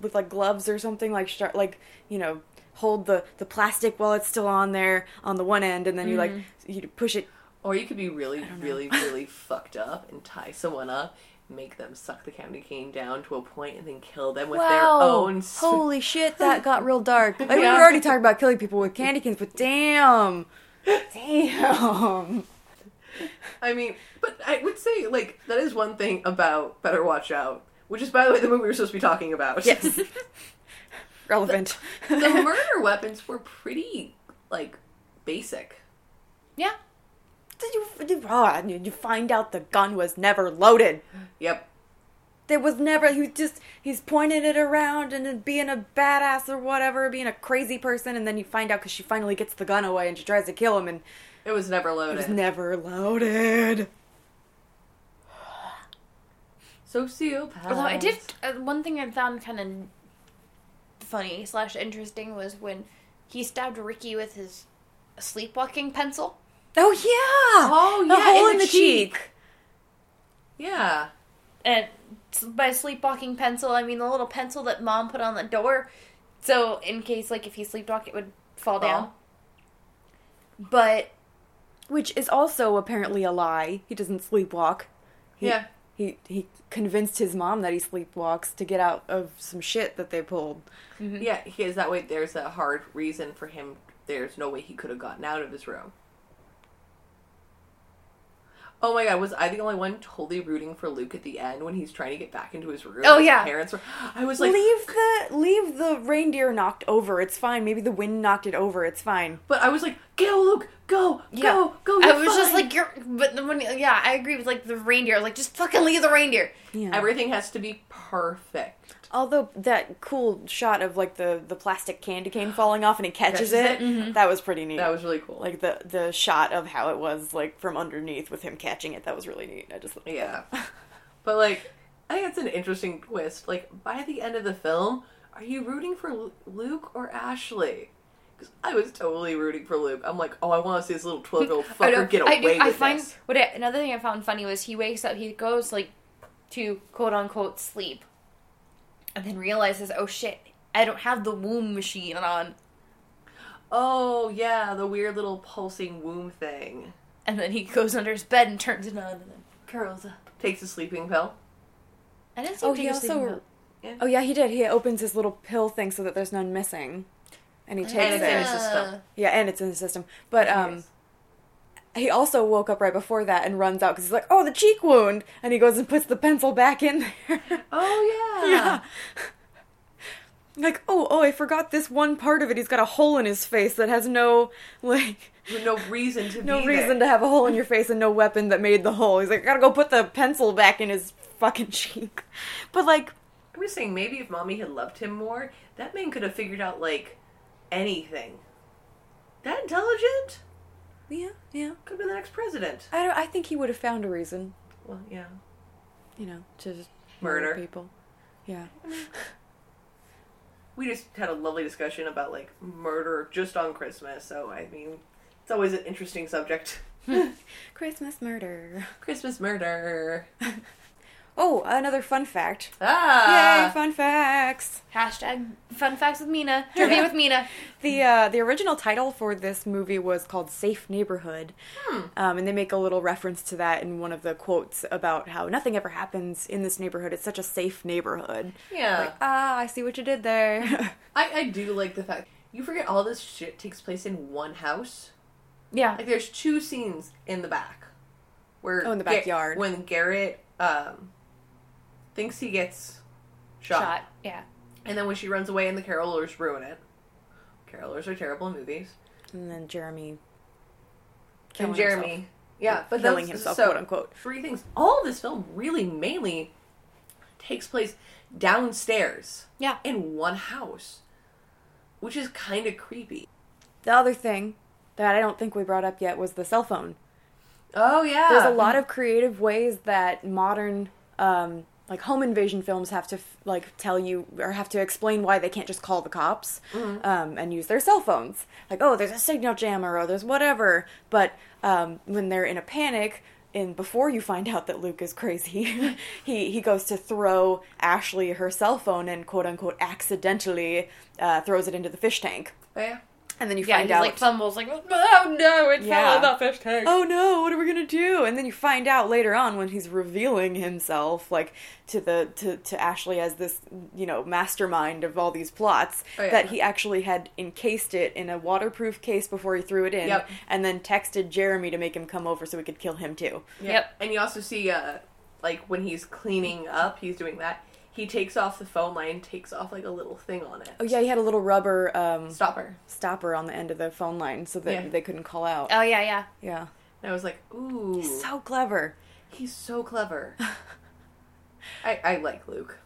[SPEAKER 3] with like gloves or something like shar like you know hold the the plastic while it's still on there on the one end and then you like you push it.
[SPEAKER 5] Or you could be really, really, really [LAUGHS] fucked up and tie someone up, make them suck the candy cane down to a point, and then kill them with their own. s-
[SPEAKER 3] Holy shit, that got real dark. Like, We
[SPEAKER 5] Yeah.
[SPEAKER 3] were already talking about killing people with candy canes, but damn, damn.
[SPEAKER 5] I mean, but I would say like that is one thing about Better Watch Out, which is by the way the movie we're supposed to be talking about.
[SPEAKER 3] Yes, [LAUGHS] relevant.
[SPEAKER 5] [LAUGHS]
[SPEAKER 3] [LAUGHS]
[SPEAKER 5] the murder weapons were pretty like basic.
[SPEAKER 6] yeah.
[SPEAKER 3] Did you, did, oh, did you find out the gun was never loaded?
[SPEAKER 5] Yep.
[SPEAKER 3] There was never. He was just he's pointing it around and then being a badass or whatever, being a crazy person, and then you find out because she finally gets the gun away and she tries to kill him, and
[SPEAKER 5] It was never
[SPEAKER 3] it
[SPEAKER 5] loaded.
[SPEAKER 3] was never loaded.
[SPEAKER 5] Sociopath.
[SPEAKER 6] Although I did uh, one thing I found kind of funny slash interesting was when he stabbed Ricky with his sleepwalking pencil.
[SPEAKER 3] Oh yeah.
[SPEAKER 5] Oh,
[SPEAKER 3] The
[SPEAKER 5] yeah,
[SPEAKER 3] hole in, the cheek.
[SPEAKER 5] Yeah.
[SPEAKER 6] And s- by sleepwalking pencil, I mean the little pencil that mom put on the door, so in case like if he sleepwalked, it would fall down. But
[SPEAKER 3] which is also apparently a lie. He doesn't sleepwalk. He,
[SPEAKER 5] Yeah.
[SPEAKER 3] He he convinced his mom that he sleepwalks to get out of some shit that they pulled.
[SPEAKER 6] Mm-hmm.
[SPEAKER 5] Yeah, he is that way there's a hard reason for him there's no way he could have gotten out of his room. Oh my god, was I the only one totally rooting for Luke at the end when he's trying to get back into his room?
[SPEAKER 6] Oh,
[SPEAKER 5] His
[SPEAKER 6] yeah.
[SPEAKER 5] Parents were I was like
[SPEAKER 3] leave the leave the reindeer knocked over. It's fine. Maybe the wind knocked it over. It's fine.
[SPEAKER 5] but I was like, Go Luke, go, go, go,
[SPEAKER 6] I
[SPEAKER 5] you're
[SPEAKER 6] was just
[SPEAKER 5] fine."
[SPEAKER 6] like, you're. But then when yeah, I agree with like the reindeer. Like just fucking leave the reindeer.
[SPEAKER 3] Yeah.
[SPEAKER 5] Everything has to be perfect.
[SPEAKER 3] Although that cool shot of like the the plastic candy
[SPEAKER 5] [GASPS]
[SPEAKER 3] cane falling off and he catches
[SPEAKER 5] Catches
[SPEAKER 3] it,
[SPEAKER 5] it. Mm-hmm.
[SPEAKER 3] that was pretty neat.
[SPEAKER 5] That was really cool.
[SPEAKER 3] like the the shot of how it was like from underneath with him catching it. That was really neat. I just
[SPEAKER 5] Yeah. [LAUGHS] But like, I think it's an interesting twist. Like, by the end of the film, are you rooting for Lu- Luke or Ashley? 'Cause I was totally rooting for Luke. I'm like, oh, I want to see this little 12 year old
[SPEAKER 6] I know.
[SPEAKER 5] fucker get
[SPEAKER 6] I
[SPEAKER 5] away
[SPEAKER 6] do.
[SPEAKER 5] with
[SPEAKER 6] I find
[SPEAKER 5] this.
[SPEAKER 6] what I, another thing I found funny was he wakes up, he goes like to quote unquote sleep, and then realizes, oh shit, I don't have the womb machine on,
[SPEAKER 5] Oh yeah, the weird little pulsing womb thing
[SPEAKER 6] and then he goes under his bed and turns it on, and then curls up.
[SPEAKER 5] takes a sleeping pill.
[SPEAKER 6] I didn't see.
[SPEAKER 3] Oh, he also.
[SPEAKER 5] Yeah.
[SPEAKER 3] Oh yeah, he did. He opens his little pill thing so that there's none missing, and he
[SPEAKER 5] And
[SPEAKER 3] takes
[SPEAKER 5] it's
[SPEAKER 3] it.
[SPEAKER 5] in his system.
[SPEAKER 3] Yeah, and it's in the system. But um, he also woke up right before that and runs out because he's like, "Oh, the cheek wound," and he goes and puts the pencil back in there.
[SPEAKER 5] Oh yeah.
[SPEAKER 3] [LAUGHS] yeah. Like, oh, oh, I forgot this one part of it. He's got a hole in his face that has no, like,
[SPEAKER 5] With no reason to
[SPEAKER 3] no
[SPEAKER 5] be
[SPEAKER 3] reason
[SPEAKER 5] there.
[SPEAKER 3] to have a hole in your face and no weapon that made the hole. He's like, I gotta go put the pencil back in his fucking [LAUGHS] cheek. But like,
[SPEAKER 5] I'm just saying, maybe if mommy had loved him more, that man could have figured out like anything. That intelligent
[SPEAKER 3] yeah, yeah.
[SPEAKER 5] could have been the next president.
[SPEAKER 3] I don't. I think he would have found a reason,
[SPEAKER 5] Well, yeah.
[SPEAKER 3] you know, to just
[SPEAKER 5] Murder.
[SPEAKER 3] people. Yeah.
[SPEAKER 5] we just had a lovely discussion about like murder just on Christmas. So I mean, it's always an interesting subject. [LAUGHS]
[SPEAKER 3] Christmas murder.
[SPEAKER 5] Christmas murder.
[SPEAKER 3] Oh, another fun fact. Yay,
[SPEAKER 5] Ah,
[SPEAKER 3] fun facts.
[SPEAKER 6] Hashtag fun facts with [LAUGHS] Mina. Trivia with Mina.
[SPEAKER 3] The uh, the original title for this movie was called Safe Neighborhood,
[SPEAKER 5] Hmm.
[SPEAKER 3] um, and they make a little reference to that in one of the quotes about how nothing ever happens in this neighborhood. It's such a safe neighborhood.
[SPEAKER 5] yeah.
[SPEAKER 3] Like, ah, I see what you did there. [LAUGHS]
[SPEAKER 5] I I do like the fact you forget all this shit takes place in one house.
[SPEAKER 6] Yeah.
[SPEAKER 5] Like there's two scenes in the back where
[SPEAKER 3] Oh, in the
[SPEAKER 5] Gar-
[SPEAKER 3] backyard.
[SPEAKER 5] when Garrett um thinks he gets shot.
[SPEAKER 6] Shot. Yeah.
[SPEAKER 5] and then when she runs away and the carolers ruin it. Carolers are terrible in movies.
[SPEAKER 3] and then Jeremy.
[SPEAKER 5] and
[SPEAKER 3] killing
[SPEAKER 5] Jeremy.
[SPEAKER 3] himself.
[SPEAKER 5] Yeah, but
[SPEAKER 3] killing
[SPEAKER 5] that's,
[SPEAKER 3] himself,
[SPEAKER 5] so,
[SPEAKER 3] quote unquote.
[SPEAKER 5] Three things. All this film really mainly takes place downstairs
[SPEAKER 6] Yeah.
[SPEAKER 5] in one house, which is kind of creepy.
[SPEAKER 3] The other thing that I don't think we brought up yet was the cell phone.
[SPEAKER 5] Oh yeah,
[SPEAKER 3] there's a lot of creative ways that modern um, like home invasion films have to f- like tell you or have to explain why they can't just call the cops um, and use their cell phones like oh there's a signal jam or oh there's whatever but um, when they're in a panic and before you find out that Luke is crazy, [LAUGHS] he, he goes to throw Ashley her cell phone and quote unquote accidentally uh, throws it into the fish tank.
[SPEAKER 5] Oh, yeah.
[SPEAKER 3] And then you
[SPEAKER 6] Yeah.
[SPEAKER 3] find
[SPEAKER 6] He's
[SPEAKER 3] out
[SPEAKER 6] like fumbles like oh no it
[SPEAKER 3] Yeah.
[SPEAKER 6] fell in the fish tank.
[SPEAKER 3] oh no what are we gonna do and then you find out later on when he's revealing himself like to the to, to ashley as this you know mastermind of all these plots
[SPEAKER 5] Oh, yeah.
[SPEAKER 3] that he actually had encased it in a waterproof case before he threw it in
[SPEAKER 5] Yep.
[SPEAKER 3] and then texted jeremy to make him come over so we could kill him too
[SPEAKER 6] Yep.
[SPEAKER 5] And you also see, uh, like when he's cleaning up, he's doing that. He takes off the phone line, takes off like a little thing on it.
[SPEAKER 3] oh yeah he had a little rubber um,
[SPEAKER 5] Stopper.
[SPEAKER 3] stopper on the end of the phone line so that
[SPEAKER 5] Yeah.
[SPEAKER 3] they couldn't call out
[SPEAKER 6] Oh yeah yeah.
[SPEAKER 3] yeah
[SPEAKER 5] And I was like, ooh,
[SPEAKER 3] so clever
[SPEAKER 5] he's so
[SPEAKER 3] [LAUGHS]
[SPEAKER 5] clever. I, I like Luke.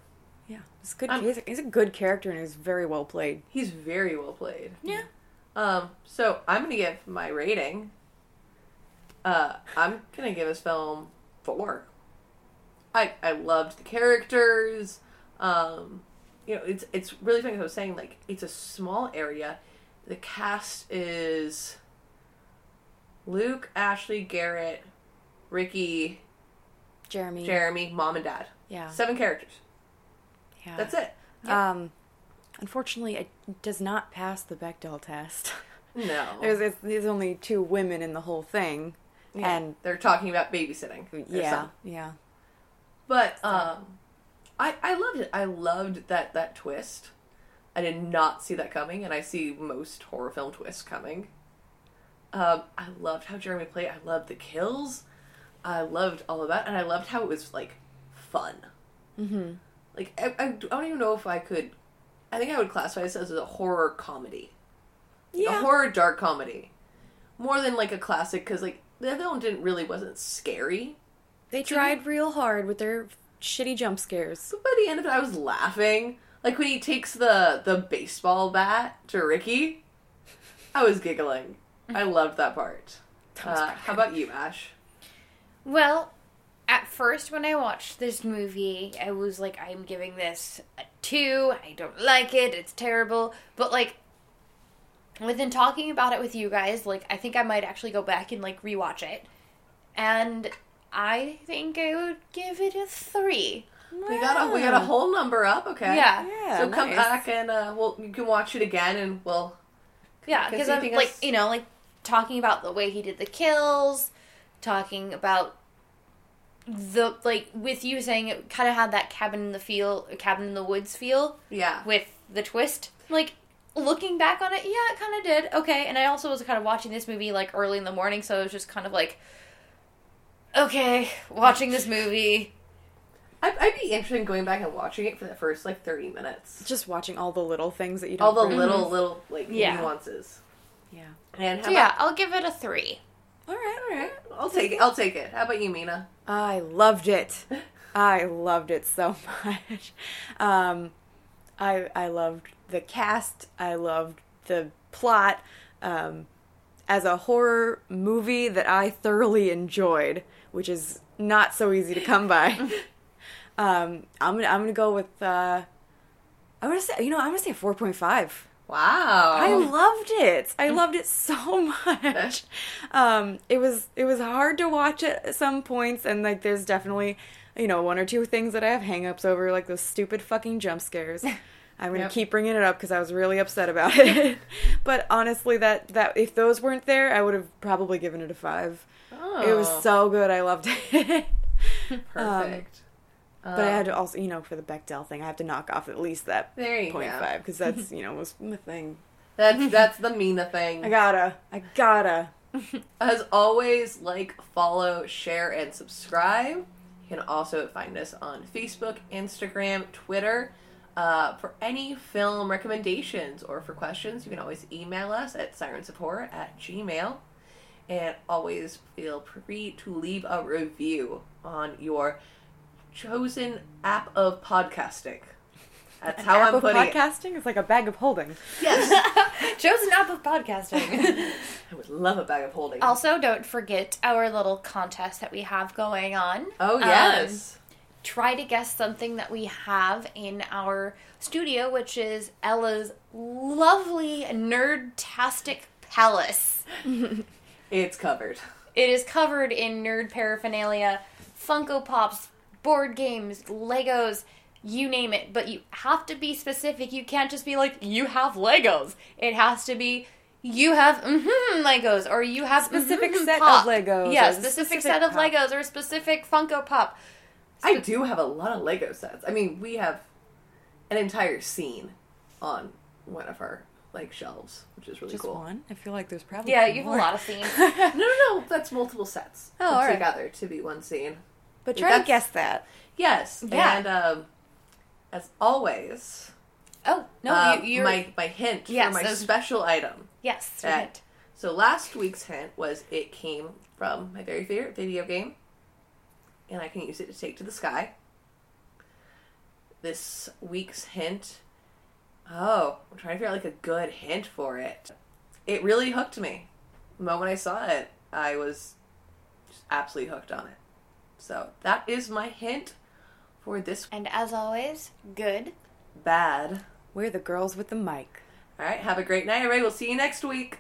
[SPEAKER 3] yeah it's good
[SPEAKER 5] Um,
[SPEAKER 3] he's, a, he's a good character and he's very well played
[SPEAKER 5] He's very well played.
[SPEAKER 6] Yeah.
[SPEAKER 5] Um, so I'm gonna give my rating. Uh, I'm gonna give this film four. I I loved the characters. Um, you know, it's it's really funny. 'cause I was saying like it's a small area. The cast is Luke, Ashley, Garrett, Ricky,
[SPEAKER 3] jeremy
[SPEAKER 5] Jeremy, mom, and dad.
[SPEAKER 3] yeah
[SPEAKER 5] Seven characters.
[SPEAKER 3] yeah
[SPEAKER 5] That's it.
[SPEAKER 3] Um, unfortunately, it does not pass the Bechdel [LAUGHS] test.
[SPEAKER 5] No,
[SPEAKER 3] there's, it's, there's only two women in the whole thing, and
[SPEAKER 5] they're talking about babysitting. or
[SPEAKER 3] yeah,
[SPEAKER 5] something.
[SPEAKER 3] yeah,
[SPEAKER 5] But um, I I loved it. I loved that that twist. I did not see that coming, and I see most horror film twists coming. Um, I loved how Jeremy played. I loved the kills. I loved all of that, and I loved how it was like fun. Mm-hmm. Like I, I, I don't even know if I could. I think I would classify this as a horror comedy,
[SPEAKER 3] yeah.
[SPEAKER 5] a horror dark comedy, more than like a classic because like the other one didn't really wasn't scary.
[SPEAKER 3] they tried real hard with their shitty jump scares.
[SPEAKER 5] So by the end of it, I was laughing. Like when he takes the the baseball bat to Ricky, I was giggling. I loved that
[SPEAKER 6] [LAUGHS]
[SPEAKER 5] part. Uh, how about you, Ash?
[SPEAKER 6] Well, at first when I watched this movie, I was like, I'm giving this a two. I don't like it. It's terrible. But like, within talking about it with you guys, like I think I might actually go back and like rewatch it, and I think I would give it a three.
[SPEAKER 5] We got a we got a whole number up. Okay.
[SPEAKER 6] Yeah,
[SPEAKER 3] Yeah,
[SPEAKER 5] so come
[SPEAKER 3] nice.
[SPEAKER 5] back and uh, we'll you can watch it again and we'll
[SPEAKER 6] yeah,
[SPEAKER 5] Can
[SPEAKER 6] because
[SPEAKER 5] see
[SPEAKER 6] I'm
[SPEAKER 5] anything
[SPEAKER 6] like
[SPEAKER 5] else?
[SPEAKER 6] you know like talking about the way he did the kills, talking about the like with you saying it kind of had that cabin in the feel, cabin in the woods feel.
[SPEAKER 5] yeah
[SPEAKER 6] with the twist. Like looking back on it, yeah, it kind of did. Okay, and I also was kind of watching this movie like early in the morning, so it was just kind of like, okay, watching this movie.
[SPEAKER 5] I'd, I'd be interested in going back and watching it for the first like 30 minutes
[SPEAKER 3] Just watching all the little things that you don't.
[SPEAKER 5] all the
[SPEAKER 3] really-
[SPEAKER 5] little little like
[SPEAKER 6] Yeah.
[SPEAKER 5] nuances
[SPEAKER 3] Yeah.
[SPEAKER 5] and how
[SPEAKER 6] So yeah, I'll give it a [LAUGHS] three.
[SPEAKER 3] All right. All right.
[SPEAKER 5] about, I'll take it I'll take it how about you Mina
[SPEAKER 3] I loved it. I loved it so [LAUGHS] much. Um, I I loved the cast. I loved the plot. Um, as a horror movie that I thoroughly enjoyed, which is not so easy to come by. um, I'm gonna I'm gonna go with. Uh, I'm gonna say you know I'm gonna say four point five.
[SPEAKER 5] wow
[SPEAKER 3] I loved it.
[SPEAKER 5] Mm.
[SPEAKER 3] I loved it so [LAUGHS]
[SPEAKER 5] [LAUGHS]
[SPEAKER 3] much. Um, it was it was hard to watch at some points, and like there's definitely, you know, one or two things that I have hangups over, like those stupid fucking jump
[SPEAKER 5] [LAUGHS]
[SPEAKER 3] scares. I'm gonna
[SPEAKER 5] Yep.
[SPEAKER 3] keep bringing it up because I was really upset
[SPEAKER 5] [LAUGHS]
[SPEAKER 3] about it. [LAUGHS] but honestly, that that if those weren't there, I would have probably given it a five. It was so um, good. I loved it.
[SPEAKER 5] Oh,
[SPEAKER 3] [LAUGHS]
[SPEAKER 5] perfect
[SPEAKER 3] but I had to also, you know, for the Bechdel thing, I have to knock off at least that
[SPEAKER 5] there you
[SPEAKER 3] point
[SPEAKER 5] go
[SPEAKER 3] five because
[SPEAKER 5] [LAUGHS]
[SPEAKER 3] that's you know was my thing.
[SPEAKER 5] that's that's the Mina thing
[SPEAKER 3] I gotta, I gotta.
[SPEAKER 5] As always, like, follow, share, and subscribe. You can also find us on Facebook, Instagram, Twitter. Uh, for any film recommendations or for questions, you can always email us at sirensupport at gmail. And always feel free to leave a review on your chosen app of podcasting. That's how I'm
[SPEAKER 3] Apple
[SPEAKER 5] putting it.
[SPEAKER 3] podcasting is like a bag of holding.
[SPEAKER 6] [LAUGHS]
[SPEAKER 5] Yes.
[SPEAKER 6] Chosen up of podcasting. [LAUGHS]
[SPEAKER 5] I would love a bag of holding.
[SPEAKER 6] also, don't forget our little contest that we have going on.
[SPEAKER 5] oh,
[SPEAKER 6] Um,
[SPEAKER 5] yes.
[SPEAKER 6] try to guess something that we have in our studio, which is Ella's lovely nerd-tastic palace.
[SPEAKER 5] it's covered.
[SPEAKER 6] It is covered in nerd paraphernalia, Funko Pops, board games, Legos, you name it. But you have to be specific. You can't just be like, you have Legos. It has to be, you have mm-hmm, Legos, or you have
[SPEAKER 3] Specific
[SPEAKER 6] mhm
[SPEAKER 3] set of
[SPEAKER 6] pop.
[SPEAKER 3] Legos,
[SPEAKER 6] Yeah,
[SPEAKER 3] or
[SPEAKER 6] specific,
[SPEAKER 3] specific
[SPEAKER 6] set of
[SPEAKER 3] pop.
[SPEAKER 6] Legos, or a specific Funko Pop.
[SPEAKER 5] I do have a lot of Lego sets. I mean, we have an entire scene on one of our like shelves, which is really
[SPEAKER 3] Just
[SPEAKER 5] cool.
[SPEAKER 3] one? I feel like there's probably
[SPEAKER 6] Yeah, you have
[SPEAKER 3] more.
[SPEAKER 6] a
[SPEAKER 3] [LAUGHS]
[SPEAKER 6] lot of scenes.
[SPEAKER 5] [LAUGHS] No, no, no. That's multiple sets
[SPEAKER 3] Oh, all right.
[SPEAKER 5] together to be one scene.
[SPEAKER 3] But try
[SPEAKER 5] That's-
[SPEAKER 3] to guess that.
[SPEAKER 5] Yes.
[SPEAKER 6] Yeah.
[SPEAKER 5] And um, as always,
[SPEAKER 6] Oh, no,
[SPEAKER 5] um,
[SPEAKER 6] you, you're.
[SPEAKER 5] my my hint
[SPEAKER 6] Yes,
[SPEAKER 5] for my
[SPEAKER 6] those-
[SPEAKER 5] special item.
[SPEAKER 6] yes,
[SPEAKER 5] that-
[SPEAKER 6] right.
[SPEAKER 5] So last week's hint was it came from my very favorite video game, and I can use it to take to the sky. This week's hint, oh, I'm trying to figure out like a good hint for it. It really hooked me. The moment I saw it, I was just absolutely hooked on it. So that is my hint for this
[SPEAKER 6] And as always, good.
[SPEAKER 5] bad.
[SPEAKER 3] We're the girls with the mic.
[SPEAKER 5] All right, have a great night, everybody. We'll see you next week.